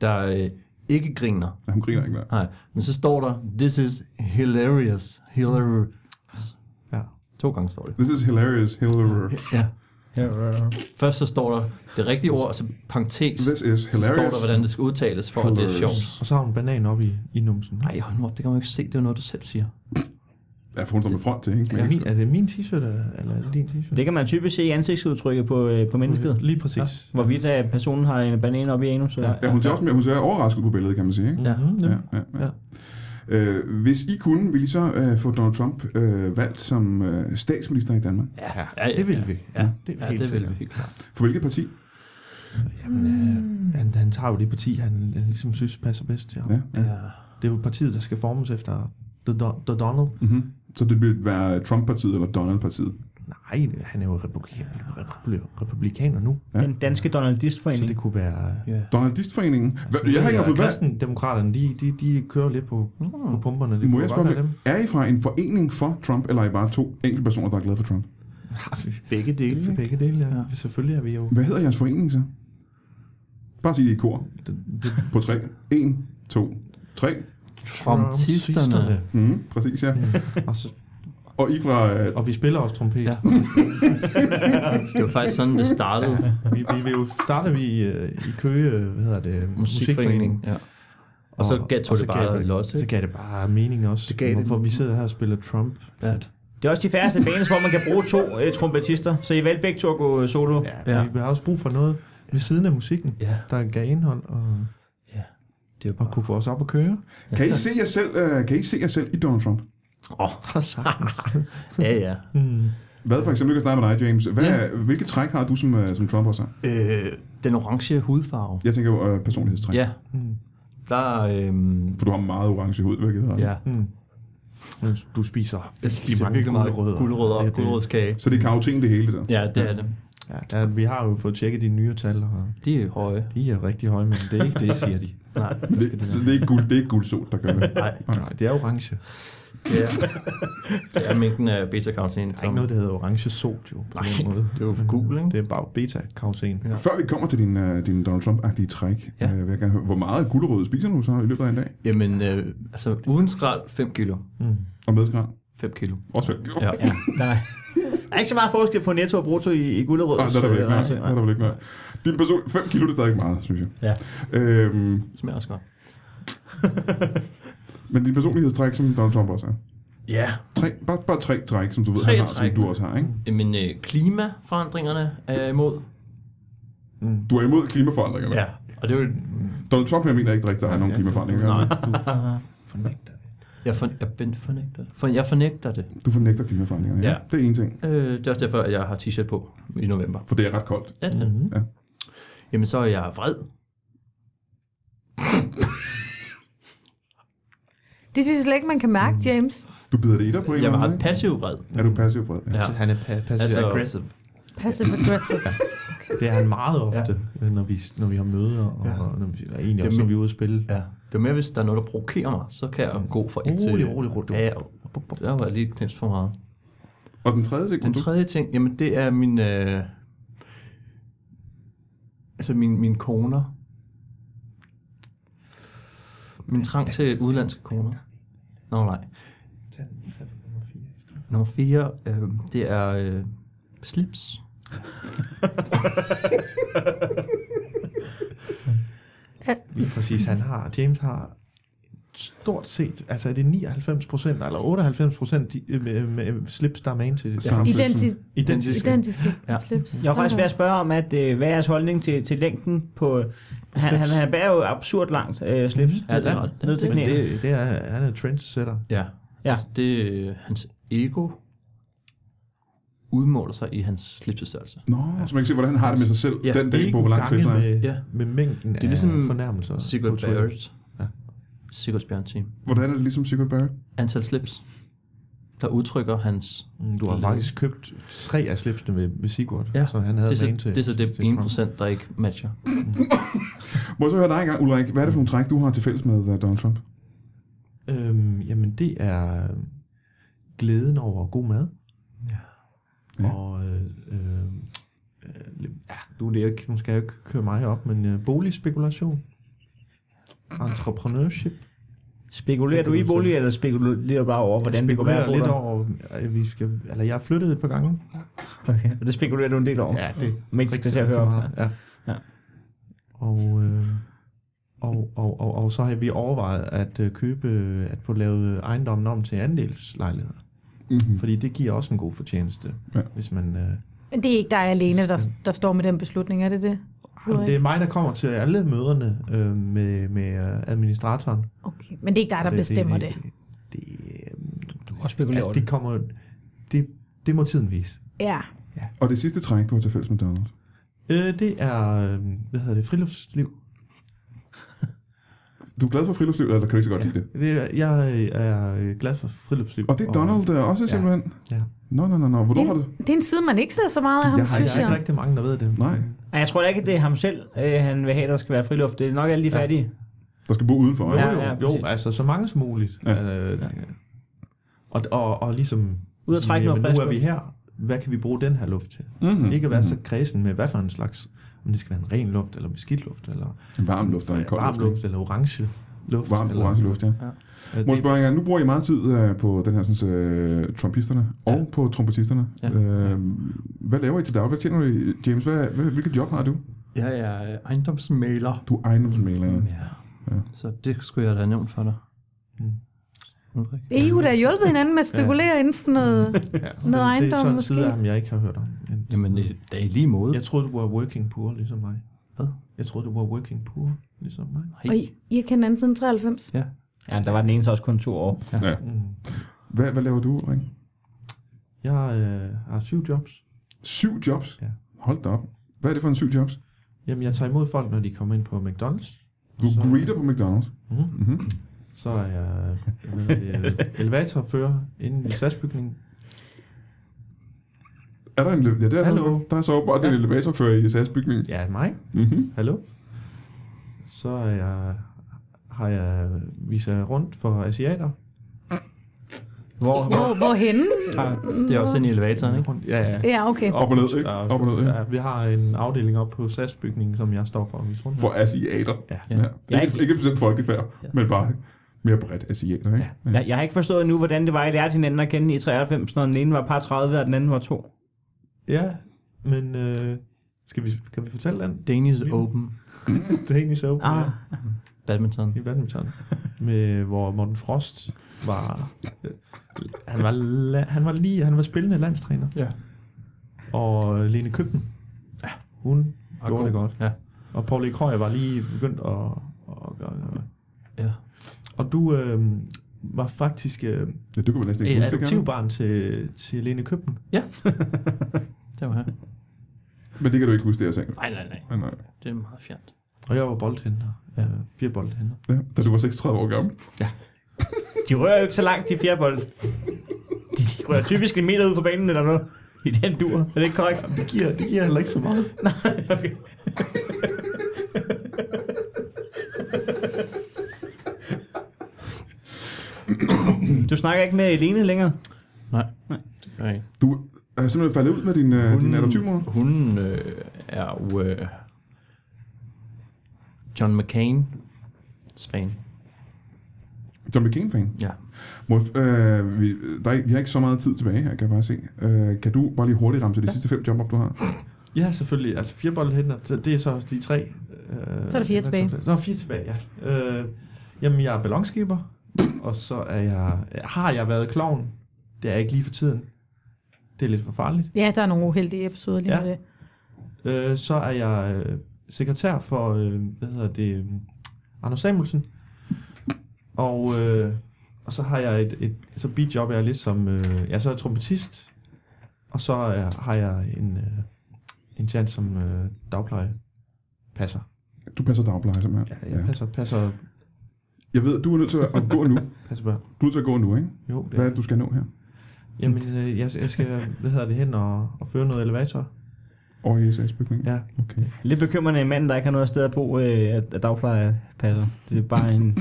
[SPEAKER 7] der øh, ikke griner.
[SPEAKER 1] Ja, hun griner ikke, nej.
[SPEAKER 7] nej. Men så står der, this is hilarious. Hilarious.
[SPEAKER 6] Ja.
[SPEAKER 7] To gange står det.
[SPEAKER 1] This is hilarious, hilarious.
[SPEAKER 7] Ja. Først så står der det rigtige ord, og så parentes.
[SPEAKER 1] This is
[SPEAKER 7] Så står
[SPEAKER 1] hilarious.
[SPEAKER 7] der, hvordan det skal udtales, for at det er sjovt.
[SPEAKER 6] Og så har hun banan op i, i numsen.
[SPEAKER 7] Nej, hold nu op, det kan man jo ikke se. Det er jo noget, du selv siger.
[SPEAKER 1] Ja, for hun står med front til, ikke?
[SPEAKER 6] Er, min, er det min t-shirt, eller, eller er det din t-shirt?
[SPEAKER 2] Det kan man typisk se i ansigtsudtrykket på, øh, på mennesket.
[SPEAKER 6] Lige præcis.
[SPEAKER 2] Hvorvidt at personen har en banan op i anus. Eller?
[SPEAKER 1] Ja, hun ser også mere, hun ser overrasket ud på billedet, kan man sige. Ikke?
[SPEAKER 7] Ja.
[SPEAKER 1] Ja, ja, ja. Øh, hvis I kunne, ville I så øh, få Donald Trump øh, valgt som øh, statsminister i Danmark?
[SPEAKER 7] Ja, ja, ja, ja.
[SPEAKER 6] Det vil vi.
[SPEAKER 7] Ja,
[SPEAKER 6] det vil
[SPEAKER 7] ja, det
[SPEAKER 6] helt
[SPEAKER 7] vil
[SPEAKER 6] sikkert.
[SPEAKER 7] vi helt klart.
[SPEAKER 1] For hvilket parti?
[SPEAKER 6] Jamen, øh, han, han tager jo det parti, han, han ligesom synes passer bedst til ham.
[SPEAKER 1] Ja.
[SPEAKER 7] Ja.
[SPEAKER 6] Det er jo partiet, der skal formes efter The, Don- The Donald.
[SPEAKER 1] Mm-hmm. Så det ville være Trump-partiet eller Donald-partiet?
[SPEAKER 6] Nej, han er jo republikaner, republi- republikaner nu,
[SPEAKER 1] Ja.
[SPEAKER 2] Den danske
[SPEAKER 6] så
[SPEAKER 2] Donaldistforening.
[SPEAKER 6] det kunne være...
[SPEAKER 1] Donaldistforeningen? Hva- Jeg har ikke engang fået valgt.
[SPEAKER 6] Kristendemokraterne, de, de, de kører lidt på, på pumperne. Det
[SPEAKER 1] Må
[SPEAKER 6] kunne
[SPEAKER 1] jeg
[SPEAKER 6] godt
[SPEAKER 1] spørge,
[SPEAKER 6] være dem.
[SPEAKER 1] er I fra en forening for Trump, eller er I bare to enkelte personer, der er glade for Trump?
[SPEAKER 7] Begge dele.
[SPEAKER 6] For begge dele, ja. ja. Selvfølgelig er vi jo...
[SPEAKER 1] Hvad hedder jeres forening så? Bare sig det i kor. På tre. En, to, tre.
[SPEAKER 7] Trompetisterne.
[SPEAKER 1] Mm, præcis, ja.
[SPEAKER 6] Og, så,
[SPEAKER 1] Og I fra... Øh,
[SPEAKER 6] og vi spiller også trompet.
[SPEAKER 7] Ja.
[SPEAKER 6] Ja.
[SPEAKER 7] Det var faktisk sådan, det startede.
[SPEAKER 6] Vi, vi, vi jo starter vi i, øh, i Køge, øh, hvad hedder det,
[SPEAKER 7] Musikforeningen. Ja. Og så gav tog
[SPEAKER 6] og
[SPEAKER 7] det bare
[SPEAKER 6] gav
[SPEAKER 7] los.
[SPEAKER 6] Så gav det bare mening også, det gav hvorfor det. vi sidder her og spiller Trump.
[SPEAKER 7] Ja.
[SPEAKER 2] Det er også de færreste bands, hvor man kan bruge to øh, trompetister. Så I valgte begge to at gå øh, solo. Ja.
[SPEAKER 6] Ja. Vi, vi har også brug for noget ved siden af musikken,
[SPEAKER 7] Ja.
[SPEAKER 6] der gav indhold og,
[SPEAKER 7] Det er jo
[SPEAKER 6] og
[SPEAKER 7] bare...
[SPEAKER 6] kunne få os op at køre.
[SPEAKER 1] kan, I se jer selv, øh, kan I se jer selv i Donald Trump?
[SPEAKER 6] Og sagtens.
[SPEAKER 7] Ja, ja.
[SPEAKER 1] Hvad for eksempel, vi kan starte med dig, James. Hvad, ja. Hvilke træk har du som, øh, som Trump også har?
[SPEAKER 7] Øh, den orange hudfarve.
[SPEAKER 1] Jeg tænker jo øh, personlighedstræk.
[SPEAKER 7] Ja. Der er... Øhm,
[SPEAKER 1] For du har meget orange hud, hvilket har.
[SPEAKER 7] ja.
[SPEAKER 6] du spiser
[SPEAKER 7] Jeg spiser virkelig meget gulerødder og gulerødskage.
[SPEAKER 1] Så det er karoten det hele der.
[SPEAKER 7] Ja, det er det.
[SPEAKER 6] Ja, ja, vi har jo fået tjekket de nye tal, og
[SPEAKER 7] De er høje.
[SPEAKER 6] de er rigtig høje, men det er ikke det, siger de.
[SPEAKER 7] Nej.
[SPEAKER 1] Men Det, så det er ikke guld, det er ikke guldsol, der gør det.
[SPEAKER 6] Nej, det er orange. Der
[SPEAKER 7] Ja. Det er mængden af beta-karoten.
[SPEAKER 6] er ikke noget, der hedder orange sot, jo. På
[SPEAKER 7] Nej,
[SPEAKER 6] den måde.
[SPEAKER 7] det er jo for gul, ikke?
[SPEAKER 6] Det er bare beta-karosen. Ja.
[SPEAKER 1] Før vi kommer til din, øh, din Donald Trump-agtige træk,
[SPEAKER 7] Ja.
[SPEAKER 1] øh, vil jeg gerne høre, hvor meget gulerod spiser du så i løbet af en dag?
[SPEAKER 7] Jamen, øh, altså uden skrald, 5 kilo.
[SPEAKER 1] Og med skran?
[SPEAKER 7] 5 kilo.
[SPEAKER 1] Også vel.
[SPEAKER 7] Ja. ja.
[SPEAKER 2] Der, er, der er ikke så meget forskel på netto og brutto i, i gulerød. øh,
[SPEAKER 1] Ah, der er der vel ikke, nej. Der er der vel ikke, nej. Din person, 5 kilo, det er stadig meget, synes jeg.
[SPEAKER 2] Ja.
[SPEAKER 1] Øhm,
[SPEAKER 7] Smager også godt.
[SPEAKER 1] men din personlighedstræk, som Donald Trump også har.
[SPEAKER 7] Ja.
[SPEAKER 1] Tre, bare, bare tre træk, som du ved,
[SPEAKER 7] Tre
[SPEAKER 1] han har,
[SPEAKER 7] træk.
[SPEAKER 1] som du også har, ikke?
[SPEAKER 7] Jamen, øh, klimaforandringerne er jeg imod.
[SPEAKER 1] Du er imod klimaforandringerne.
[SPEAKER 7] Ja. Og det er jo...
[SPEAKER 1] Donald Trump, jeg mener ikke rigtigt, der er nogen klimaforandringer. Nej.
[SPEAKER 7] Jeg, for, jeg ben- fornægter det. For, jeg fornægter det.
[SPEAKER 1] Du fornægter klimaforandringerne, ja.
[SPEAKER 7] Ja.
[SPEAKER 1] Det er en ting,
[SPEAKER 7] Øh, det er også derfor, at jeg har t-shirt på i november.
[SPEAKER 1] for det er ret koldt.
[SPEAKER 7] Ja, det er det.
[SPEAKER 1] Ja.
[SPEAKER 7] Jamen, så er jeg vred.
[SPEAKER 3] Det synes jeg slet ikke, man kan mærke, James.
[SPEAKER 1] Du bider det i dig på en
[SPEAKER 7] Jeg
[SPEAKER 1] eller
[SPEAKER 7] var
[SPEAKER 1] anden
[SPEAKER 7] meget
[SPEAKER 1] måde,
[SPEAKER 7] passiv vred.
[SPEAKER 1] ikke? Er du passiv på det?
[SPEAKER 7] Ja.
[SPEAKER 6] Han er pa- passive
[SPEAKER 7] Altså-
[SPEAKER 6] altså, aggressive.
[SPEAKER 3] Passive aggressive.
[SPEAKER 6] Det er han meget ofte, ja. når, vi, når vi har møder, og, ja. og når vi, og egentlig også, når vi er ude at spille.
[SPEAKER 7] Ja. Det er mere, hvis der er noget, der provokerer mig, så kan jeg jo gå fra et til...
[SPEAKER 6] Rolig, rolig, rolig.
[SPEAKER 7] Ja, der var jeg lige knips for meget.
[SPEAKER 1] Og den tredje ting,
[SPEAKER 7] Den
[SPEAKER 1] du-
[SPEAKER 7] tredje ting, jamen det er min... Øh, altså min, min koner. Min trang til udlandske koner. Nå nej. Nummer 4, øh, det er øh, slips.
[SPEAKER 6] Lige præcis, han har, James har stort set, altså er det 99 procent, eller 98 procent øh, med, med slips, der er man til det.
[SPEAKER 1] Samme slipsen.
[SPEAKER 3] Identi-
[SPEAKER 7] Identisk.
[SPEAKER 3] identiske
[SPEAKER 7] Ja.
[SPEAKER 3] slips.
[SPEAKER 2] Jeg var faktisk ved at spørge om, at, øh, hvad er jeres holdning til, til længden på... øh, Han, han, han bærer jo absurd langt øh, slips.
[SPEAKER 7] Ja, det er
[SPEAKER 2] Ned til
[SPEAKER 6] Men
[SPEAKER 2] knæet.
[SPEAKER 6] det, det er, han er trendsetter.
[SPEAKER 7] Ja.
[SPEAKER 2] Ja.
[SPEAKER 7] Altså, det øh, hans ego udmåler sig i hans slipsestørrelse.
[SPEAKER 1] Nå, så man kan se, hvordan han har det med sig selv
[SPEAKER 7] Ja,
[SPEAKER 1] den dag på, hvor lang tid
[SPEAKER 6] Gange
[SPEAKER 1] han er.
[SPEAKER 6] med,
[SPEAKER 7] Ja.
[SPEAKER 6] med mængden det er
[SPEAKER 7] ligesom
[SPEAKER 6] af fornærmelser.
[SPEAKER 7] Sigurd
[SPEAKER 6] på Twitter.
[SPEAKER 7] Barrett. Sigurd Bjørn Team.
[SPEAKER 1] Hvordan er det ligesom Sigurd Barrett?
[SPEAKER 7] Antal slips, der udtrykker hans
[SPEAKER 6] Mm, Du har faktisk købt tre af slipsene ved, ved Sigurd,
[SPEAKER 7] Ja,
[SPEAKER 6] så han havde
[SPEAKER 7] det er
[SPEAKER 6] man
[SPEAKER 7] så
[SPEAKER 6] til.
[SPEAKER 7] det, er så det
[SPEAKER 6] til
[SPEAKER 7] 1
[SPEAKER 6] Trump.
[SPEAKER 7] procent, der ikke matcher.
[SPEAKER 1] Må jeg så høre dig engang, Ulrik. Hvad er det for nogle træk, du har til fælles med øh, Donald Trump?
[SPEAKER 6] Øhm, jamen, det er glæden over god mad. Ja. Og øh, øh, øh, ja, nu, er det jo ikke, nu skal jeg jo ikke køre mig op, men øh, boligspekulation. Ah. Entrepreneurship.
[SPEAKER 2] Spekulerer du i bolig, eller spekulerer du bare over, hvordan det kunne være at
[SPEAKER 6] spekulerer
[SPEAKER 2] bo
[SPEAKER 6] lidt
[SPEAKER 2] der?
[SPEAKER 6] over, at vi skal, eller jeg har flyttet et par gange.
[SPEAKER 2] Okay. Og det spekulerer du en del over?
[SPEAKER 6] Ja, det er
[SPEAKER 2] Men ikke skal
[SPEAKER 6] rigtig,
[SPEAKER 2] til at høre om.
[SPEAKER 6] rigtig meget, Ja.
[SPEAKER 2] Ja.
[SPEAKER 6] Og, øh, og, og, og, og, så har vi overvejet at øh, købe, øh, at få lavet ejendommen om til andelslejligheder.
[SPEAKER 1] Mm-hmm.
[SPEAKER 6] Fordi det giver også en god fortjeneste,
[SPEAKER 1] Ja.
[SPEAKER 6] ja. hvis man... Øh,
[SPEAKER 3] Men det er ikke dig alene, der, der står med den beslutning, er det det?
[SPEAKER 6] jamen, Ah, det er mig, der kommer til alle møderne øh, med, med øh, administratoren.
[SPEAKER 3] Okay. Men det er ikke dig, der
[SPEAKER 6] Og
[SPEAKER 3] bestemmer det.
[SPEAKER 6] Det, det, det,
[SPEAKER 8] Du har spekuleret
[SPEAKER 6] altså,
[SPEAKER 8] over det.
[SPEAKER 6] det kommer... Det, det må tiden vise.
[SPEAKER 3] Ja.
[SPEAKER 1] Og det sidste træk, du har til fælles med Donald.
[SPEAKER 6] Øh, det er... Øh, hvad hedder det? Friluftsliv.
[SPEAKER 1] Du er glad for friluftsliv, eller kan du ikke så godt lide det?
[SPEAKER 6] Det er, jeg er øh, glad for friluftsliv.
[SPEAKER 1] Og det er Donald der også simpelthen?
[SPEAKER 6] Ja.
[SPEAKER 1] Nå, nå, nå, nå. Hvornår
[SPEAKER 3] Det-
[SPEAKER 1] var det?
[SPEAKER 3] Det er en side, man ikke ser så meget af ham,
[SPEAKER 1] Jeg har-
[SPEAKER 6] Ej,
[SPEAKER 3] synes
[SPEAKER 6] der er
[SPEAKER 3] jeg.
[SPEAKER 6] ikke rigtig mange, der ved det.
[SPEAKER 1] Nej.
[SPEAKER 2] Ej, jeg tror da ikke, det er ham selv, øh, han vil have, der skal være friluft. Det er nok alle de fattige.
[SPEAKER 1] Der skal bo udenfor, ikke?
[SPEAKER 2] Ja,
[SPEAKER 6] Jo,
[SPEAKER 2] ja,
[SPEAKER 6] jo
[SPEAKER 2] præcis.
[SPEAKER 6] altså så mange som muligt.
[SPEAKER 1] Ja.
[SPEAKER 6] Ja. Øh, og, og, og ligesom...
[SPEAKER 2] Ud at trække
[SPEAKER 6] sige,
[SPEAKER 2] noget
[SPEAKER 6] "Jamen,
[SPEAKER 2] frisk
[SPEAKER 6] Nu er vi
[SPEAKER 2] luft."
[SPEAKER 6] her. Hvad kan vi bruge den her luft til?
[SPEAKER 1] Mm-hmm.
[SPEAKER 6] Ikke at være så kredsen med, hvad for en slags... Om det skal være en ren luft, eller beskidt luft, eller
[SPEAKER 1] En varm luft, der er en kold
[SPEAKER 6] varm luft, eller orange luft.
[SPEAKER 1] Varm
[SPEAKER 6] eller,
[SPEAKER 1] orange luft, ja.
[SPEAKER 6] Øh,
[SPEAKER 1] Må jeg
[SPEAKER 6] det-
[SPEAKER 1] spørge jer, nu bruger I meget tid øh, på den her sådan, øh, trumpisterne og på trompetisterne.
[SPEAKER 7] Ja.
[SPEAKER 1] Øh, hvad laver I til daglig? Hvad tjener du, i, James? Hvad, hvad, hvilket job har du?
[SPEAKER 7] Jeg er øh, ejendomsmaler.
[SPEAKER 1] Du er ejendomsmaler.
[SPEAKER 7] Ja. Så det skulle jeg da have nævnt for dig.
[SPEAKER 6] Mm.
[SPEAKER 7] Ulrik.
[SPEAKER 3] I kunne da hjulpet hinanden med at spekulere inden for noget.
[SPEAKER 6] Ja,
[SPEAKER 3] Noget
[SPEAKER 6] det, det er
[SPEAKER 3] ejendom
[SPEAKER 6] sådan en
[SPEAKER 3] måske.
[SPEAKER 6] side af ham, jeg ikke har hørt om. Men-
[SPEAKER 7] Jamen, øh, det er i lige måde.
[SPEAKER 6] Jeg troede, du var working poor, ligesom mig.
[SPEAKER 7] Hvad?
[SPEAKER 6] Jeg troede, du var working poor, ligesom mig.
[SPEAKER 3] Og I, I har kendt hinanden siden 93.
[SPEAKER 7] Ja.
[SPEAKER 2] Ja, der var den ene så også kun to år.
[SPEAKER 6] Mm.
[SPEAKER 1] Hvad, hvad laver du, Ulrik?
[SPEAKER 6] Jeg øh, har syv jobs.
[SPEAKER 1] Syv jobs?
[SPEAKER 6] Ja.
[SPEAKER 1] Hold da op. Hvad er det for en syv jobs?
[SPEAKER 6] Jamen, jeg tager imod folk, når de kommer ind på McDonald's.
[SPEAKER 1] Du
[SPEAKER 6] Så-
[SPEAKER 1] greeter på McDonald's.
[SPEAKER 6] Mm.
[SPEAKER 1] Mm-hmm.
[SPEAKER 6] Så er jeg øh, hvad hedder det, elevatorfører inde i SAS-bygningen.
[SPEAKER 1] Er der en elev- ja, der,
[SPEAKER 6] Hallo.
[SPEAKER 1] Er, der er så åbenbart ja. en elevatorfører i SAS-bygningen.
[SPEAKER 6] Ja, mig.
[SPEAKER 1] Mm-hmm.
[SPEAKER 6] Hallo. Så er jeg, har jeg viser rundt for asiater.
[SPEAKER 7] Hvor, hvor?
[SPEAKER 3] Hvor, hvorhenne?
[SPEAKER 7] Det er også inde i elevatoren, ikke?
[SPEAKER 6] Rundt, ja, ja.
[SPEAKER 3] Ja, okay.
[SPEAKER 1] Op og ned, ikke?
[SPEAKER 6] Ja,
[SPEAKER 1] Op og ned, ikke?
[SPEAKER 6] Ja, vi har en afdeling op på SAS-bygningen, som jeg står for. at vise rundt.
[SPEAKER 1] For asiater.
[SPEAKER 6] Ja.
[SPEAKER 1] ja.
[SPEAKER 2] Jeg er
[SPEAKER 1] Ikke, ikke bestemt folkefærd, yes. men bare mere bredt asiater, ikke? Ja.
[SPEAKER 2] Jeg, jeg har ikke forstået endnu, hvordan det var, I lærte hinanden at kende i 93, når den ene var par 30, og den anden var to.
[SPEAKER 6] Ja, men øh, skal vi, kan vi fortælle den?
[SPEAKER 7] Danish Open
[SPEAKER 6] Det er egentlig så
[SPEAKER 2] Ah,
[SPEAKER 6] ah.
[SPEAKER 7] badminton.
[SPEAKER 6] i badminton, med, hvor Morten Frost var... Han var, la- han var lige, han var spillende landstræner.
[SPEAKER 7] Ja.
[SPEAKER 6] Og Lene Købten, hun
[SPEAKER 7] Og
[SPEAKER 6] gjorde det godt.
[SPEAKER 7] Ja.
[SPEAKER 6] Og Paul E. Krøyer var lige begyndt at, at gøre det.
[SPEAKER 7] ja.
[SPEAKER 6] Og du øh, var faktisk øh,
[SPEAKER 1] ja det kunne man næsten ikke
[SPEAKER 6] et
[SPEAKER 1] huske, det kan.
[SPEAKER 6] adoptivbarn til, til Lene Købten.
[SPEAKER 7] Det var her.
[SPEAKER 1] Men det kan du ikke huske, det jeg sagde.
[SPEAKER 7] Nej, nej, nej.
[SPEAKER 1] Nej, nej.
[SPEAKER 7] Det er meget fjernt.
[SPEAKER 6] Og jeg var boldhænder. Ja. Fire boldhænder.
[SPEAKER 1] Ja, da du var 36 år gammel.
[SPEAKER 2] de rører jo ikke så langt, de fjerbold. De, de rører typisk en meter ud på banen eller noget. I den dur. Er det ikke korrekt?
[SPEAKER 6] Det giver, det giver heller ikke så meget.
[SPEAKER 2] Du snakker ikke med Elene længere.
[SPEAKER 7] Nej. Nej. nej.
[SPEAKER 1] Du er simpelthen faldet ud med din, øh, din adoptivmor.
[SPEAKER 7] hun øh, er jo øh, John McCain fan.
[SPEAKER 1] John McCain-fan.
[SPEAKER 7] Ja.
[SPEAKER 1] Må, jeg f- øh, vi, der er, ikke- vi har ikke så meget tid tilbage her, kan jeg bare se. Øh, kan du bare lige hurtigt ramse de sidste fem job op, du har?
[SPEAKER 6] Ja, selvfølgelig. Altså fire boldhænder, så det er så de tre. Øh,
[SPEAKER 3] Så er der fire tilbage.
[SPEAKER 6] Så er der fire tilbage, ja. Øh, jamen, jeg er ballonskiber, og så er jeg, har jeg været klovn. Det er jeg ikke lige for tiden. Det er lidt for farligt.
[SPEAKER 3] Ja, der er nogle uheldige episoder lige
[SPEAKER 6] Ja.
[SPEAKER 3] ja. med det.
[SPEAKER 6] Øh, så er jeg øh, sekretær for, øh, hvad hedder det, øh, Anders Samuelsen. Og, øh, og så har jeg et, et så bidjob, jeg er lidt som, øh, ja, så er jeg trompetist. Og så er, har jeg en, øh, en chance som øh, dagpleje passer.
[SPEAKER 1] Du passer dagpleje, simpelthen.
[SPEAKER 6] Ja, jeg passer, passer,
[SPEAKER 1] Jeg ved, du er nødt til at gå nu.
[SPEAKER 6] passer børn.
[SPEAKER 1] Du er nødt til at gå nu, ikke?
[SPEAKER 6] Jo, det
[SPEAKER 1] Hvad er
[SPEAKER 6] er.
[SPEAKER 1] det, du skal nå her?
[SPEAKER 6] Jamen, øh, jeg, jeg skal, hvad hedder det, hen og, og føre noget elevator.
[SPEAKER 1] Over i SAS-bygningen?
[SPEAKER 6] Ja.
[SPEAKER 1] Okay.
[SPEAKER 2] Lidt bekymrende, en mand, der ikke har noget sted at bo, øh, at at dagpleje passer. Det er bare en... en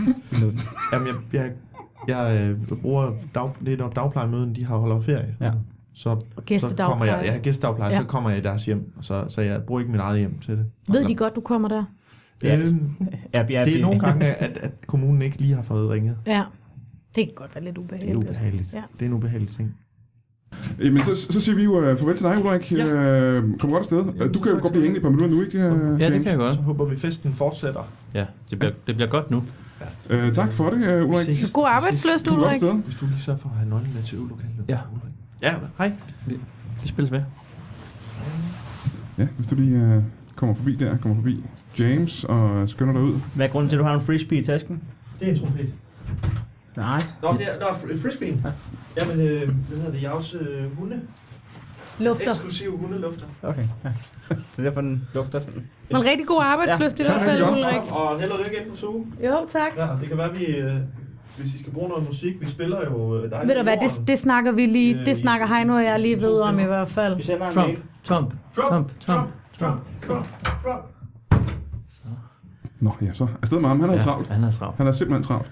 [SPEAKER 6] Jamen, jeg, jeg, jeg øh, bruger dag, det er, når dagplejemøden, de har holdt ferie.
[SPEAKER 2] ja.
[SPEAKER 6] så, så
[SPEAKER 3] gæstedagpleje.
[SPEAKER 6] kommer jeg, jeg har gæstedagpleje, ja.
[SPEAKER 3] Ja.
[SPEAKER 6] så kommer jeg i deres hjem, og så, så jeg bruger ikke mit eget hjem til det.
[SPEAKER 3] Ved de godt, du kommer der?
[SPEAKER 2] Ja.
[SPEAKER 6] Øhm,
[SPEAKER 2] Airbnb.
[SPEAKER 6] det er nogle gange, at, at kommunen ikke lige har fået ringet.
[SPEAKER 3] Ja. Det kan godt være lidt
[SPEAKER 6] Det er
[SPEAKER 3] ubehageligt.
[SPEAKER 6] ubehageligt.
[SPEAKER 3] Ja.
[SPEAKER 6] Det er en ubehagelig ting.
[SPEAKER 1] Jamen, Øh, så, så siger vi jo uh, farvel til dig, Ulrik. Ja. Uh, kom godt afsted. Jamen, du kan jo godt blive hængende et par minutter nu, ikke, uh,
[SPEAKER 7] Ja, det kan jeg godt.
[SPEAKER 6] Så håber vi, festen fortsætter.
[SPEAKER 7] Ja, det bliver, det bliver godt nu.
[SPEAKER 1] Uh, tak for det, uh, Ulrik.
[SPEAKER 6] ses.
[SPEAKER 3] God arbejdsløst, du,
[SPEAKER 1] Kom godt
[SPEAKER 3] Ulrik.
[SPEAKER 1] afsted.
[SPEAKER 6] Hvis du lige sørger for at have nøglen med til øvelokalet.
[SPEAKER 7] Ja.
[SPEAKER 6] Ja, hej.
[SPEAKER 7] Vi spilles ved.
[SPEAKER 1] Ja, hvis du lige uh, kommer forbi der, kommer forbi James og skynder dig ud.
[SPEAKER 2] Hvad er grunden til, at du har en frisbee i tasken?
[SPEAKER 6] Det er en trompet.
[SPEAKER 2] Nej.
[SPEAKER 6] Nå, det er, der er fr- frisbeen. Jamen, øh, hvad hedder det? Javs øh, hunde.
[SPEAKER 3] Lufter.
[SPEAKER 6] Eksklusive hundelufter.
[SPEAKER 2] Okay. Ja. Så derfor den lugter sådan.
[SPEAKER 3] Men rigtig god arbejdsløst i hvert fald, Ulrik.
[SPEAKER 6] Og held og lykke ind på suge.
[SPEAKER 3] Jo, tak.
[SPEAKER 6] Ja, det kan være, vi... Øh, hvis I skal bruge noget musik, vi spiller jo øh, dejligt
[SPEAKER 3] Ved du hvad, det, det snakker vi lige, det snakker Heino og jeg lige ved om i hvert fald.
[SPEAKER 2] Vi sender en
[SPEAKER 7] Trump,
[SPEAKER 2] mail.
[SPEAKER 7] Trump, Trump, Trump.
[SPEAKER 1] Nå ja, så afsted med ham. Han havde ja. travlt.
[SPEAKER 7] Ja, han er travlt.
[SPEAKER 1] Han er simpelthen travlt.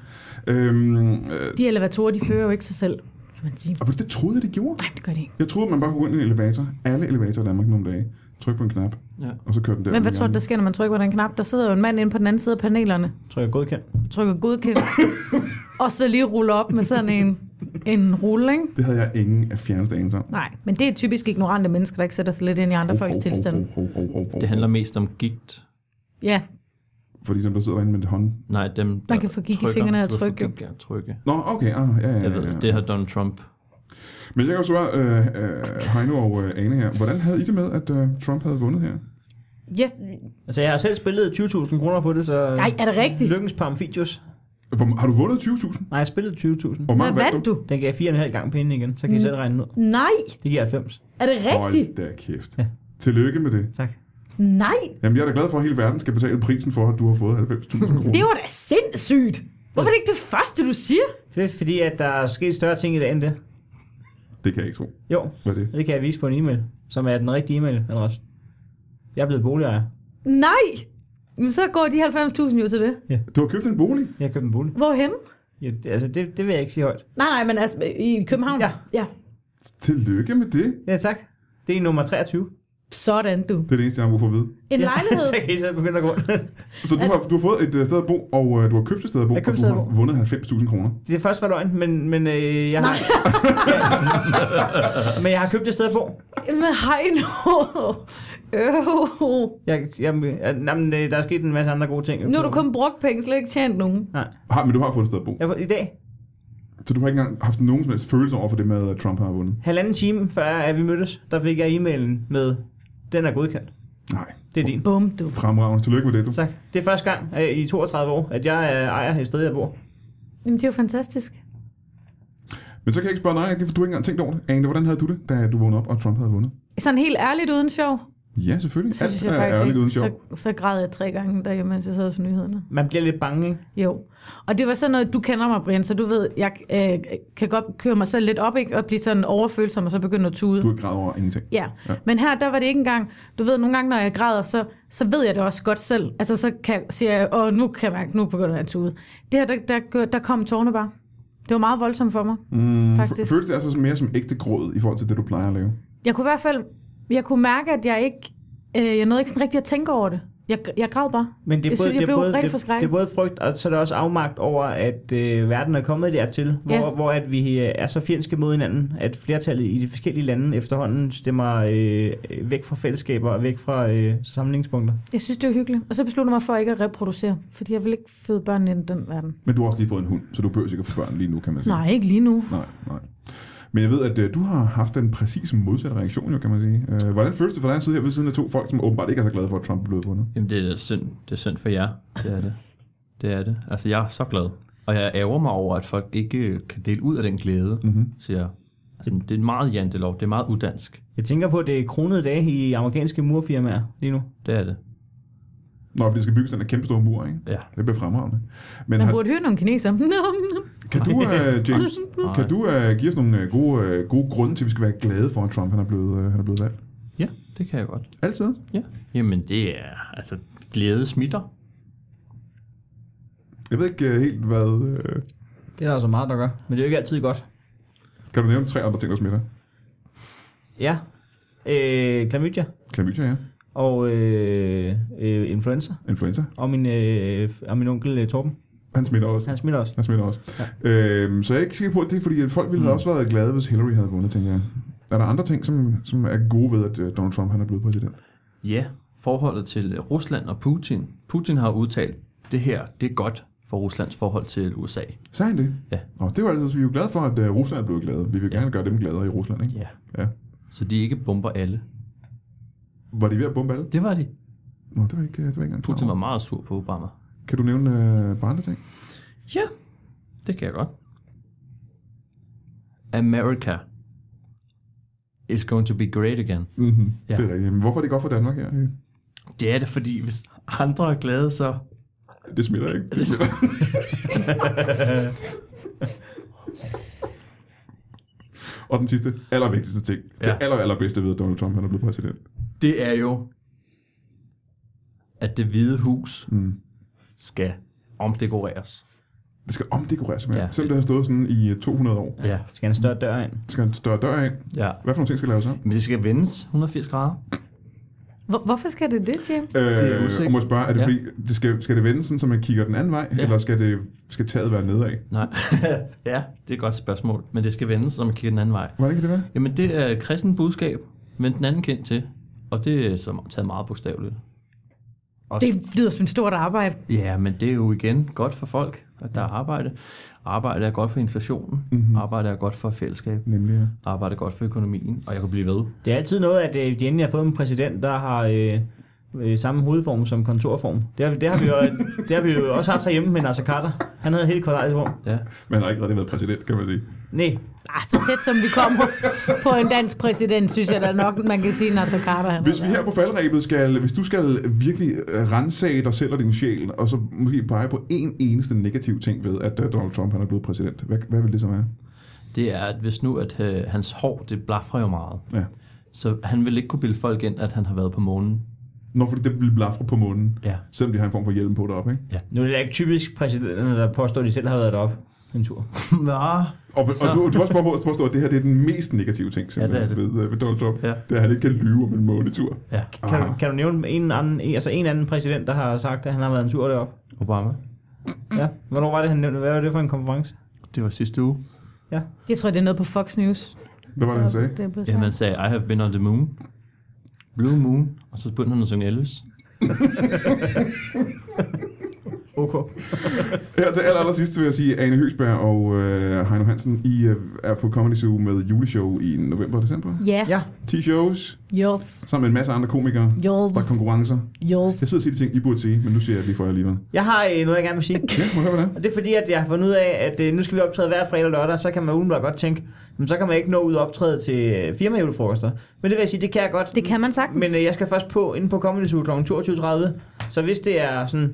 [SPEAKER 1] Øhm, øh,
[SPEAKER 3] De elevatorer, de fører jo ikke sig selv, kan man sige.
[SPEAKER 1] og det troede jeg, de gjorde.
[SPEAKER 3] Nej, det gør de ikke.
[SPEAKER 1] Jeg troede, man bare kunne gå ind i en elevator. Alle elevatorer i Danmark nu om dage. Tryk på en knap,
[SPEAKER 7] Ja.
[SPEAKER 1] og så kører den der.
[SPEAKER 3] Men hvad tror du, der sker, når man trykker på den knap? Der sidder jo en mand inde på den anden side af panelerne,
[SPEAKER 2] Trykker godkendt.
[SPEAKER 3] trykker godkendt, og så lige ruller op med sådan en, en rulle, ikke?
[SPEAKER 1] Det havde jeg ingen af fjerneste anelse om.
[SPEAKER 3] Nej, men det er typisk ignorante mennesker, der ikke sætter sig lidt ind i andre folks tilstand.
[SPEAKER 1] hov, hov, hov, hov.
[SPEAKER 7] Det handler mest om gigt.
[SPEAKER 3] Ja,
[SPEAKER 1] Fordi dem, der sidder derinde med det hånd.
[SPEAKER 7] Nej, dem, der
[SPEAKER 3] Man kan få gigt i
[SPEAKER 7] trykker.
[SPEAKER 3] fingrene af
[SPEAKER 7] Du
[SPEAKER 3] at
[SPEAKER 7] får
[SPEAKER 3] trykke, jo.
[SPEAKER 7] gigt af at trykke.
[SPEAKER 1] Nå, okay, ah, ja, ja,
[SPEAKER 7] Jeg
[SPEAKER 1] ja,
[SPEAKER 7] ved,
[SPEAKER 1] ja.
[SPEAKER 7] det har Donald Trump.
[SPEAKER 1] Men jeg kan jo spørge øh, øh, Heino og øh, Ane her. Hvordan havde I det med, at øh, Trump havde vundet her?
[SPEAKER 3] ja.
[SPEAKER 2] Altså, jeg har selv spillet 20.000 kroner på det, så...
[SPEAKER 3] Nej, er
[SPEAKER 1] Øh,
[SPEAKER 3] det rigtigt?
[SPEAKER 2] Lykkens Pamfidius.
[SPEAKER 1] Hvor, har du vundet 20.000?
[SPEAKER 2] Nej, jeg spillede 20.000.
[SPEAKER 1] Hvor
[SPEAKER 3] Hvad
[SPEAKER 1] mange
[SPEAKER 3] vandt du?
[SPEAKER 2] Den gav 4,5 gange pinden igen, så kan I
[SPEAKER 3] Mm.
[SPEAKER 2] selv regne den ud.
[SPEAKER 3] Nej,
[SPEAKER 2] Det giver 90.
[SPEAKER 3] er det rigtigt?
[SPEAKER 1] Hold da kæft.
[SPEAKER 2] Ja.
[SPEAKER 1] Tillykke med det.
[SPEAKER 2] Tak.
[SPEAKER 3] Nej,
[SPEAKER 1] Jamen, jeg er da glad for, at hele verden skal betale prisen for, at du har fået 90.000 kroner.
[SPEAKER 3] det var da sindssygt. Hvorfor er det ikke det første, du siger?
[SPEAKER 2] Det er fordi, at der er sket større ting i dag end det.
[SPEAKER 1] Det kan jeg ikke tro.
[SPEAKER 2] Jo,
[SPEAKER 1] Hvad er det?
[SPEAKER 2] det kan jeg vise på en e-mail, som er den rigtige e-mail, også. Jeg er blevet boligejer.
[SPEAKER 3] Nej! Men så går de 90.000 jo til det.
[SPEAKER 1] Du har købt en bolig?
[SPEAKER 2] Jeg har købt en bolig.
[SPEAKER 3] Hvorhen?
[SPEAKER 2] Ja, det, altså, det, det vil jeg ikke sige højt.
[SPEAKER 3] Nej, nej, men altså i København?
[SPEAKER 2] Ja.
[SPEAKER 3] ja.
[SPEAKER 1] Tillykke med det.
[SPEAKER 2] Ja, tak. Det er nummer 23.
[SPEAKER 3] Sådan du.
[SPEAKER 1] Det er det eneste, jeg har brug for at vide.
[SPEAKER 3] En
[SPEAKER 2] Ja,
[SPEAKER 3] lejlighed?
[SPEAKER 2] så kan I selv begynde at gå.
[SPEAKER 1] Så du har, du har fået et øh, sted at bo, og øh, du har købt et sted at bo,
[SPEAKER 2] Jeg
[SPEAKER 1] og
[SPEAKER 2] købte
[SPEAKER 1] du
[SPEAKER 2] et sted
[SPEAKER 1] har
[SPEAKER 2] at bo.
[SPEAKER 1] vundet 90.000 kroner.
[SPEAKER 2] Det første var løgn, men, men øh, jeg har... men jeg har købt et sted at bo.
[SPEAKER 3] Men hej nu. Øh.
[SPEAKER 2] Jeg, jeg, jeg, jamen, øh, der er sket en masse andre gode ting.
[SPEAKER 3] Nu har du kun brugt penge, slet ikke tjent nogen.
[SPEAKER 2] Nej.
[SPEAKER 1] Har, men du har fået et sted at bo.
[SPEAKER 2] Jeg, får- I dag,
[SPEAKER 1] Så du har ikke engang haft nogen som helst følelse over for det med, at Trump har vundet.
[SPEAKER 2] halvanden time før at vi mødtes, der fik jeg e-mailen med, den er godkendt.
[SPEAKER 1] Nej.
[SPEAKER 2] Det er din.
[SPEAKER 3] Bum, du.
[SPEAKER 1] Fremragende. Tillykke med det, du.
[SPEAKER 2] Tak. Det er første gang øh, i 32 år, at jeg øh, ejer et sted, jeg bor.
[SPEAKER 3] Jamen, det er jo fantastisk.
[SPEAKER 1] Men så kan jeg ikke spørge dig, rigtigt, for du har ikke engang tænkt over det. Ane, hvordan havde du det, da du vågnede op, og Trump havde vundet?
[SPEAKER 3] Sådan helt ærligt uden sjov,
[SPEAKER 1] Ja, selvfølgelig.
[SPEAKER 3] så
[SPEAKER 1] Alt
[SPEAKER 3] synes
[SPEAKER 1] er
[SPEAKER 3] jeg faktisk
[SPEAKER 1] ærligt uden
[SPEAKER 3] ikke.
[SPEAKER 1] sjov.
[SPEAKER 3] Så, så græd jeg tre gange derhjemme, mens jeg sad og så nyhederne.
[SPEAKER 2] Man bliver lidt bange, ikke?
[SPEAKER 3] Jo, og det var sådan noget, du kender mig, Brian, så du ved, jeg øh, kan godt køre mig selv lidt op, ikke? Og blive sådan overfølsom, og så begynde at tude.
[SPEAKER 1] Du har grædet over ingenting.
[SPEAKER 3] Ja. ja, men her, der var det ikke engang, du ved, nogle gange, når jeg græder, så, så ved jeg det også godt selv. Altså, så kan, siger jeg, åh, nu kan jeg mærke, nu begynder jeg at tude. Det her, der, der, gør- der kom tårne bare. Det var meget voldsomt for mig, mm,
[SPEAKER 1] F-
[SPEAKER 3] faktisk.
[SPEAKER 1] Føles det altså som- mere som ægte gråd i forhold til det, du plejer at lave?
[SPEAKER 3] Jeg kunne i hvert fald, jeg kunne mærke, at jeg ikke, øh, jeg nåede ikke sådan rigtig at tænke over det. Jeg, jeg græd bare.
[SPEAKER 2] Men det er
[SPEAKER 3] Jeg
[SPEAKER 2] både,
[SPEAKER 3] synes, jeg
[SPEAKER 2] det er
[SPEAKER 3] blev
[SPEAKER 2] både,
[SPEAKER 3] rigtig
[SPEAKER 2] det,
[SPEAKER 3] forskrækket.
[SPEAKER 2] det er både frygt, og så er der også afmagt over, at øh, verden er kommet dertil, hvor,
[SPEAKER 3] Ja.
[SPEAKER 2] hvor at vi øh, er så fjendske mod hinanden, at flertallet i de forskellige lande efterhånden stemmer øh, øh, væk fra fællesskaber og væk fra øh, samlingspunkter.
[SPEAKER 3] Jeg synes, det var hyggeligt. Og så besluttede jeg mig for ikke at reproducere, fordi jeg vil ikke føde børn ind i den verden.
[SPEAKER 1] Men du har også lige fået en hund, så du behøver sikkert få børn lige nu, kan man sige.
[SPEAKER 3] Nej, ikke lige nu.
[SPEAKER 1] Nej, nej. Men jeg ved, at øh, du har haft den præcis modsatte reaktion, jo, kan man sige. Øh, hvordan føles det for dig at sidde her ved siden af to folk, som åbenbart ikke er så glade for, at Trump er blevet vundet?
[SPEAKER 7] Jamen, det er synd. Det er synd for jer. Det er det. Det er det. Altså, jeg er så glad. Og jeg ærger mig over, at folk ikke øh, kan dele ud af den glæde,
[SPEAKER 1] Mhm.
[SPEAKER 7] mm-hmm. siger jeg. Altså, det er meget jantelov. Det er meget udansk.
[SPEAKER 2] Jeg tænker på, at det er kronede dage i amerikanske murfirmaer lige nu.
[SPEAKER 7] Det er det.
[SPEAKER 1] Nå, fordi det skal bygges den her kæmpe store mur, ikke?
[SPEAKER 7] Ja.
[SPEAKER 1] Det bliver fremragende. Men
[SPEAKER 3] Man
[SPEAKER 1] har,
[SPEAKER 3] burde hyre nogle kineser.
[SPEAKER 1] kan du, øh, James, kan
[SPEAKER 7] Nej.
[SPEAKER 1] du øh, give os nogle øh, gode, øh, gode grunde til, at vi skal være glade for, at Trump han er blevet, øh, han er blevet valgt?
[SPEAKER 7] Ja, det kan jeg godt.
[SPEAKER 1] Altid.
[SPEAKER 7] Ja. Jamen, det er... Altså, glæde smitter.
[SPEAKER 1] Jeg ved ikke øh, helt, hvad... Øh,
[SPEAKER 2] Det er der altså meget, der gør. Men det er jo ikke altid godt.
[SPEAKER 1] kan du nævne tre andre ting, der smitter?
[SPEAKER 2] Ja. Øh, klamydia.
[SPEAKER 1] Klamydia, ja.
[SPEAKER 2] Og øh, øh, influenza.
[SPEAKER 1] Influenza.
[SPEAKER 2] Og min, øh, og min onkel øh, Torben.
[SPEAKER 1] Han smitter også.
[SPEAKER 2] Han smitter også.
[SPEAKER 1] Han smitter også. Ja. Øhm, så jeg er ikke sikker på, at det er, fordi at folk ville mm. også været glade, hvis Hillary havde vundet, tænker jeg. Er der andre ting, som, som er gode ved, at øh, Donald Trump han er blevet præsident?
[SPEAKER 7] Ja, forholdet til Rusland og Putin. Putin har udtalt, det her, det er godt for Ruslands forhold til USA.
[SPEAKER 1] Sagde han det?
[SPEAKER 7] Ja.
[SPEAKER 1] Og det var altså, vi er jo glade for, at øh, Rusland er blevet glade. Vi vil gerne gøre dem gladere i Rusland, ikke?
[SPEAKER 7] Ja.
[SPEAKER 1] ja.
[SPEAKER 7] Så de ikke bomber alle.
[SPEAKER 1] Var de ved at bombe alle?
[SPEAKER 7] Det var de.
[SPEAKER 1] Nå, det var ikke, øh, det var ikke engang klar
[SPEAKER 7] Putin
[SPEAKER 1] over.
[SPEAKER 7] var meget sur på Obama.
[SPEAKER 1] Kan du nævne øh, bare andre ting?
[SPEAKER 7] Ja, det kan jeg godt. America is going to be great again.
[SPEAKER 1] Mm-hmm.
[SPEAKER 7] Ja.
[SPEAKER 1] Ja. Mm. Det er rigtigt. Men hvorfor er det godt for Danmark her? Ja?
[SPEAKER 7] Det er det, fordi hvis andre er glade, så...
[SPEAKER 1] Det smitter ikke.
[SPEAKER 7] Det smitter.
[SPEAKER 1] Og den sidste, allervigtigste ting. Ja. Det aller, allerbedste ved, at Donald Trump han er blevet præsident.
[SPEAKER 7] Det er jo, at det hvide hus mm. skal omdekoreres.
[SPEAKER 1] Det skal omdekoreres, simpelthen.
[SPEAKER 7] Ja.
[SPEAKER 1] Ja. Selvom det har stået sådan i øh, 200 år.
[SPEAKER 7] Ja.
[SPEAKER 2] Skal han en større dør ind?
[SPEAKER 1] Skal en større dør ind.
[SPEAKER 7] ja.
[SPEAKER 1] Hvad for nogle ting skal laves om?
[SPEAKER 7] Men det skal vendes 180 grader.
[SPEAKER 3] Hvor, hvorfor skal det det, James?
[SPEAKER 7] er
[SPEAKER 1] Øh,
[SPEAKER 7] usikkert.
[SPEAKER 1] og må jeg spørge, er det ja.
[SPEAKER 7] Ja.
[SPEAKER 1] fordi, det skal, skal det vende sådan, så man kigger den anden vej? Ja. Eller skal, det, skal taget være nedad?
[SPEAKER 7] Nej. ja, det er et godt spørgsmål. Men det skal vendes, så man kigger den anden vej.
[SPEAKER 1] Hvordan kan det være?
[SPEAKER 7] Jamen, det er et kristen budskab, men den anden kendt til. Og det er som taget meget bogstaveligt. Også,
[SPEAKER 3] Det lyder som et stort arbejde.
[SPEAKER 7] Ja, men det er jo igen godt for folk, at der er arbejde. Arbejde er godt for inflationen. Mm-hmm. Arbejde er godt for fællesskab.
[SPEAKER 1] Nemlig, ja.
[SPEAKER 7] Arbejde er godt for økonomien. Og jeg kunne blive ved.
[SPEAKER 2] Det er altid noget, at øh, de endelig har fået en præsident, der har øh, øh, samme hovedform som kontorform. Det har, vi- det har, vi, jo, øh, det har vi jo også haft herhjemme med Nasser Carter. Han havde helt kvadratisk rum.
[SPEAKER 7] Ja.
[SPEAKER 1] Man har ikke rigtig været præsident, kan man sige.
[SPEAKER 2] Nej,
[SPEAKER 3] Ah, så tæt som vi kommer på en dansk præsident, synes jeg da nok, man kan sige, Nasser Carter han har
[SPEAKER 1] Hvis vi her på faldrebet skal, hvis du skal virkelig øh, rense dig selv og din sjæl, og så måske pege på en eneste negativ ting ved, at øh, Donald Trump han er blevet præsident, hvad, hvad vil det så være?
[SPEAKER 7] Det er, at hvis nu at, øh, hans hår, det blaffer jo meget.
[SPEAKER 1] Ja.
[SPEAKER 7] Så han vil ikke kunne bilde folk ind, at han har været på månen.
[SPEAKER 1] Nå, fordi det bliver blafre på munden,
[SPEAKER 7] Ja.
[SPEAKER 1] selvom de har en form for hjelm på deroppe, ikke?
[SPEAKER 2] nu er det da ikke typisk præsidenterne, der påstår, at de selv har været deroppe en tur.
[SPEAKER 7] Nå.
[SPEAKER 1] Og, og du, du har også påstået, påstået, at det her det er den mest negative ting simpelthen,
[SPEAKER 7] Ja, det er
[SPEAKER 1] Ved, øh, ved Donald Trump.
[SPEAKER 7] Ja.
[SPEAKER 1] Det er, at han ikke kan lyve om en månetur.
[SPEAKER 7] Ja.
[SPEAKER 2] Kan, du, kan du nævne en anden, en- altså en anden præsident, der har sagt, at han har været en tur deroppe?
[SPEAKER 7] Obama.
[SPEAKER 2] Ja. Hvornår var det, han nævnte? Hvad var det for en konference?
[SPEAKER 7] Det var sidste uge.
[SPEAKER 3] Jeg tror, det er noget på Fox News.
[SPEAKER 1] Hvad var det, han sagde?
[SPEAKER 3] Det er blevet
[SPEAKER 7] Jamen,
[SPEAKER 3] sagt.
[SPEAKER 7] han sagde, I have been on the moon. Blue moon. Og så begyndte han at synge Elvis.
[SPEAKER 2] Okay.
[SPEAKER 1] Her til aller, aller sidst vil jeg sige, at Ane Høgsberg og øh, Heino Hansen, I øh, er på Comedy Zoo med juleshow i november og december.
[SPEAKER 3] Ja.
[SPEAKER 2] Ja.
[SPEAKER 1] 10 shows,
[SPEAKER 3] Jolts.
[SPEAKER 1] sammen med en masse andre komikere. Der er
[SPEAKER 3] Jolts.
[SPEAKER 1] konkurrencer.
[SPEAKER 3] Jolts.
[SPEAKER 1] Jeg sidder og siger de ting, I burde sige, men nu siger jeg det lige for jer alligevel.
[SPEAKER 2] Jeg har øh, noget, jeg gerne vil sige.
[SPEAKER 1] Ja, må jeg høre, hvad det er?
[SPEAKER 2] Og det er fordi, at jeg har fundet ud af, at øh, nu skal vi optræde hver fredag og lørdag, så kan man udenbart godt tænke, men så kan man ikke nå ud og optræde til øh, firmajulefrokoster. Men det vil jeg sige, det kan jeg godt.
[SPEAKER 3] Det kan man sagtens.
[SPEAKER 2] Men øh, jeg skal først på inde på Comedy Zoo kl. 22.30. Så hvis det er sådan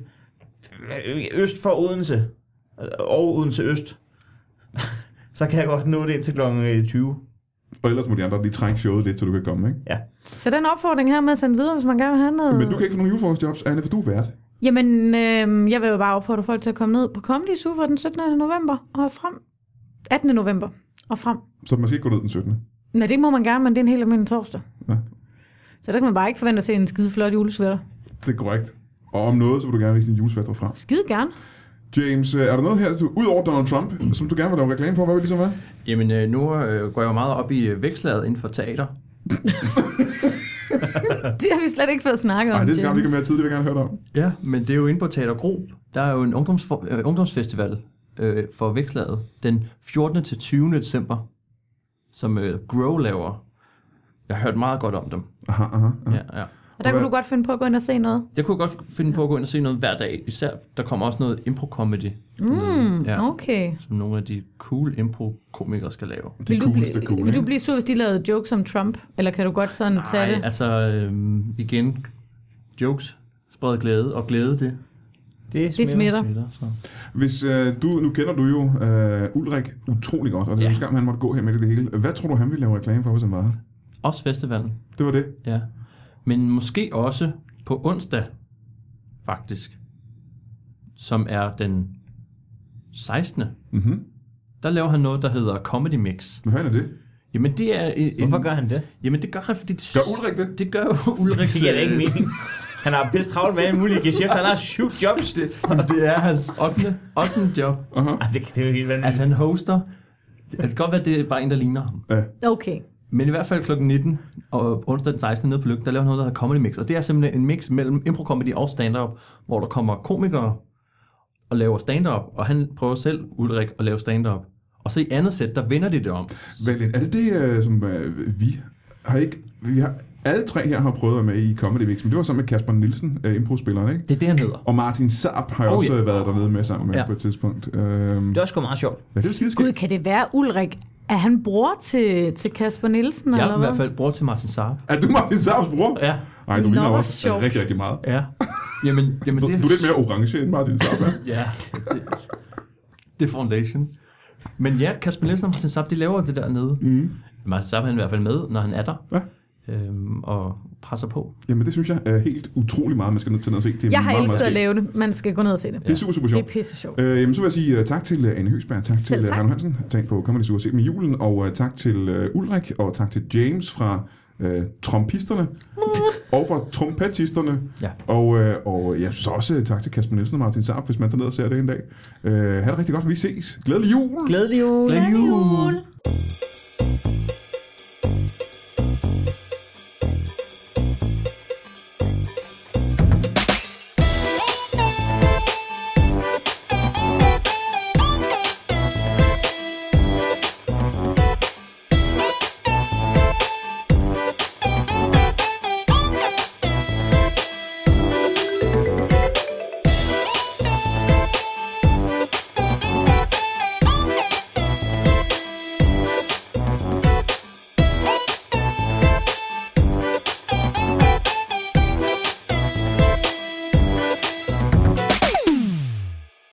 [SPEAKER 2] øh, øst for Odense, øh, og Odense Øst, så kan jeg godt nå det indtil kl. øh, 20.
[SPEAKER 1] Og ellers må de andre lige trække showet lidt, så du kan komme, ikke?
[SPEAKER 2] Ja.
[SPEAKER 3] Så den opfordring her med at sende videre, hvis man gerne vil have noget...
[SPEAKER 1] Men du kan ikke få nogen juleforsjobs, Anne, for du er vært.
[SPEAKER 3] Jamen, øh, jeg vil jo bare opfordre folk til at komme ned på Comedy Zoo fra den 17. november og frem. 18. november og frem.
[SPEAKER 1] Så man skal ikke gå ned den 17.
[SPEAKER 3] Nej, det må man gerne, men det er en helt almindelig torsdag.
[SPEAKER 1] Ja.
[SPEAKER 3] Så der kan man bare ikke forvente at se en skide flot julesvætter.
[SPEAKER 1] Det er korrekt. Og om noget, så vil du gerne vise din julesvætter frem.
[SPEAKER 3] Skide gerne.
[SPEAKER 1] James, øh, er der noget her, så ud over Donald Trump, som du gerne vil lave reklame for? Hvad vil det så være?
[SPEAKER 7] Jamen, øh, nu øh, går jeg jo meget op i øh, vækslaget inden for teater.
[SPEAKER 3] Det har vi slet ikke fået snakket om,
[SPEAKER 1] Nej, det skal vi
[SPEAKER 3] James.
[SPEAKER 1] ikke have mere tid, det vil jeg gerne høre dig om.
[SPEAKER 7] Ja. Men det er jo inde på Teater Gro. Der er jo en ungdomsfor, øh, ungdomsfestival øh, for vækslaget den 14. til 20. december, som øh, Grow laver. Jeg har hørt meget godt om dem.
[SPEAKER 1] Aha, aha.
[SPEAKER 7] Ja, ja.
[SPEAKER 3] Og der kunne du godt finde på at gå ind og se noget.
[SPEAKER 7] Jeg kunne godt finde på at gå ind og se noget hver dag. Især, der kommer også noget impro-comedy,
[SPEAKER 3] Mm,
[SPEAKER 7] Ja.
[SPEAKER 3] Okay.
[SPEAKER 7] som nogle af de cool impro-komikere skal lave.
[SPEAKER 1] Det
[SPEAKER 3] Vil
[SPEAKER 1] er
[SPEAKER 3] du,
[SPEAKER 1] cooleste
[SPEAKER 3] blive,
[SPEAKER 1] cool,
[SPEAKER 3] vil du
[SPEAKER 1] ikke?
[SPEAKER 3] blive sur, hvis de lavede jokes om Trump? Eller kan du godt sådan tage det?
[SPEAKER 7] Nej, altså øh, igen, jokes, spred glæde, og glæde det.
[SPEAKER 2] Det
[SPEAKER 3] Det
[SPEAKER 2] smitter.
[SPEAKER 3] smitter.
[SPEAKER 7] Så.
[SPEAKER 1] Hvis øh, du, nu kender du jo øh, Ulrik utrolig godt, og det er
[SPEAKER 7] Ja.
[SPEAKER 1] ja. skam, han måtte gå her med det hele. Hvad tror du, han ville lave reklame for, hvis han var her?
[SPEAKER 7] Også festivalen.
[SPEAKER 1] Det var det.
[SPEAKER 7] Ja. Men måske også på onsdag, faktisk, som er den 16.
[SPEAKER 1] Mhm.
[SPEAKER 2] Mhm.
[SPEAKER 7] Der laver han noget, der hedder Comedy Mix.
[SPEAKER 1] Hvad fanden er det?
[SPEAKER 7] Jamen det er... En,
[SPEAKER 2] Hvorfor gør han det?
[SPEAKER 7] Jamen det gør han, fordi... Det,
[SPEAKER 2] Gør Ulrik det?
[SPEAKER 7] Det gør jo Ulrik.
[SPEAKER 2] Det giver da ikke mening. Han har pisse travlt med alle mulige geschæfter. Han har syv jobs.
[SPEAKER 7] Det, det er hans 8. 8. job.
[SPEAKER 2] Uh-huh. Det, det er jo helt vanvittigt.
[SPEAKER 7] At han hoster. Det kan godt være, at det er bare en, der ligner ham.
[SPEAKER 1] Ja.
[SPEAKER 3] Okay.
[SPEAKER 7] Men i hvert fald kl. 19 og onsdag den 16. nede på Lykken, der laver han noget, der hedder Comedy Mix. Og det er simpelthen en mix mellem impro-comedy og stand-up, hvor der kommer komikere og laver stand-up. Og han prøver selv, Ulrik, at lave stand-up. Og så i andet sæt, der vender de det om.
[SPEAKER 1] Vent lidt, er det det, øh, som øh, vi har ikke... Vi har, alle tre her har prøvet at være med i Comedy Mix, men det var sammen med Kasper Nielsen, øh, improspilleren, ikke?
[SPEAKER 7] Det er det, han hedder.
[SPEAKER 1] Og Martin Saab har jeg
[SPEAKER 7] Oh,
[SPEAKER 1] oh, også
[SPEAKER 7] ja.
[SPEAKER 1] ja. været dernede med sammen med
[SPEAKER 7] Ja.
[SPEAKER 1] ja. på et tidspunkt. Øhm,
[SPEAKER 2] Det er også sgu meget sjovt.
[SPEAKER 1] ja, det er skide
[SPEAKER 3] Gud, kan det være Ulrik? Er han bror til, til Kasper Nielsen,
[SPEAKER 7] Jeg
[SPEAKER 3] eller
[SPEAKER 7] er i hvert
[SPEAKER 3] hvad?
[SPEAKER 7] fald bror til Martin Saab.
[SPEAKER 1] Er du Martin Saabs bror?
[SPEAKER 7] Ja.
[SPEAKER 1] Ej, du
[SPEAKER 3] Nå,
[SPEAKER 1] ligner
[SPEAKER 3] hvor
[SPEAKER 1] også
[SPEAKER 3] sjovt.
[SPEAKER 1] rigtig, rigtig meget.
[SPEAKER 7] Ja. Jamen, jamen
[SPEAKER 1] Du,
[SPEAKER 7] det,
[SPEAKER 1] du er lidt mere orange end Martin Saab, er.
[SPEAKER 7] Ja, det, det er foundation. Men ja, Kasper Nielsen og Martin Sapp, de laver det dernede. Mm. Martin Sapp han er i hvert fald med, når han er der.
[SPEAKER 1] Ja.
[SPEAKER 7] Øhm, og presser på.
[SPEAKER 1] Jamen, det synes jeg er helt utrolig meget, man skal ned til ned og se. Det er
[SPEAKER 3] Jeg har
[SPEAKER 1] meget,
[SPEAKER 3] elsket
[SPEAKER 1] meget
[SPEAKER 3] at
[SPEAKER 1] skægt.
[SPEAKER 3] lave det. Man skal gå ned og se det.
[SPEAKER 1] Det er super, super
[SPEAKER 3] Det
[SPEAKER 1] sjovt.
[SPEAKER 3] er pisse sjovt.
[SPEAKER 1] Øh, jamen, så vil jeg sige uh, tak til uh, Anne Høgsberg, tak
[SPEAKER 3] Selv
[SPEAKER 1] til uh,
[SPEAKER 3] tak.
[SPEAKER 1] Arne Hansen, tak på Comedy Zoo og Se med julen, og uh, tak til uh, Ulrik, og tak til James fra uh, trompisterne, og fra trompetisterne,
[SPEAKER 7] Ja.
[SPEAKER 1] og, uh, og ja, så også uh, tak til Kasper Nielsen og Martin Øh, Saab, hvis man tager ned og ser det en dag. Uh, ha' det rigtig godt, vi ses. Glædelig jul!
[SPEAKER 2] Glædelig jul.
[SPEAKER 7] Glædelig jul!
[SPEAKER 3] Jul.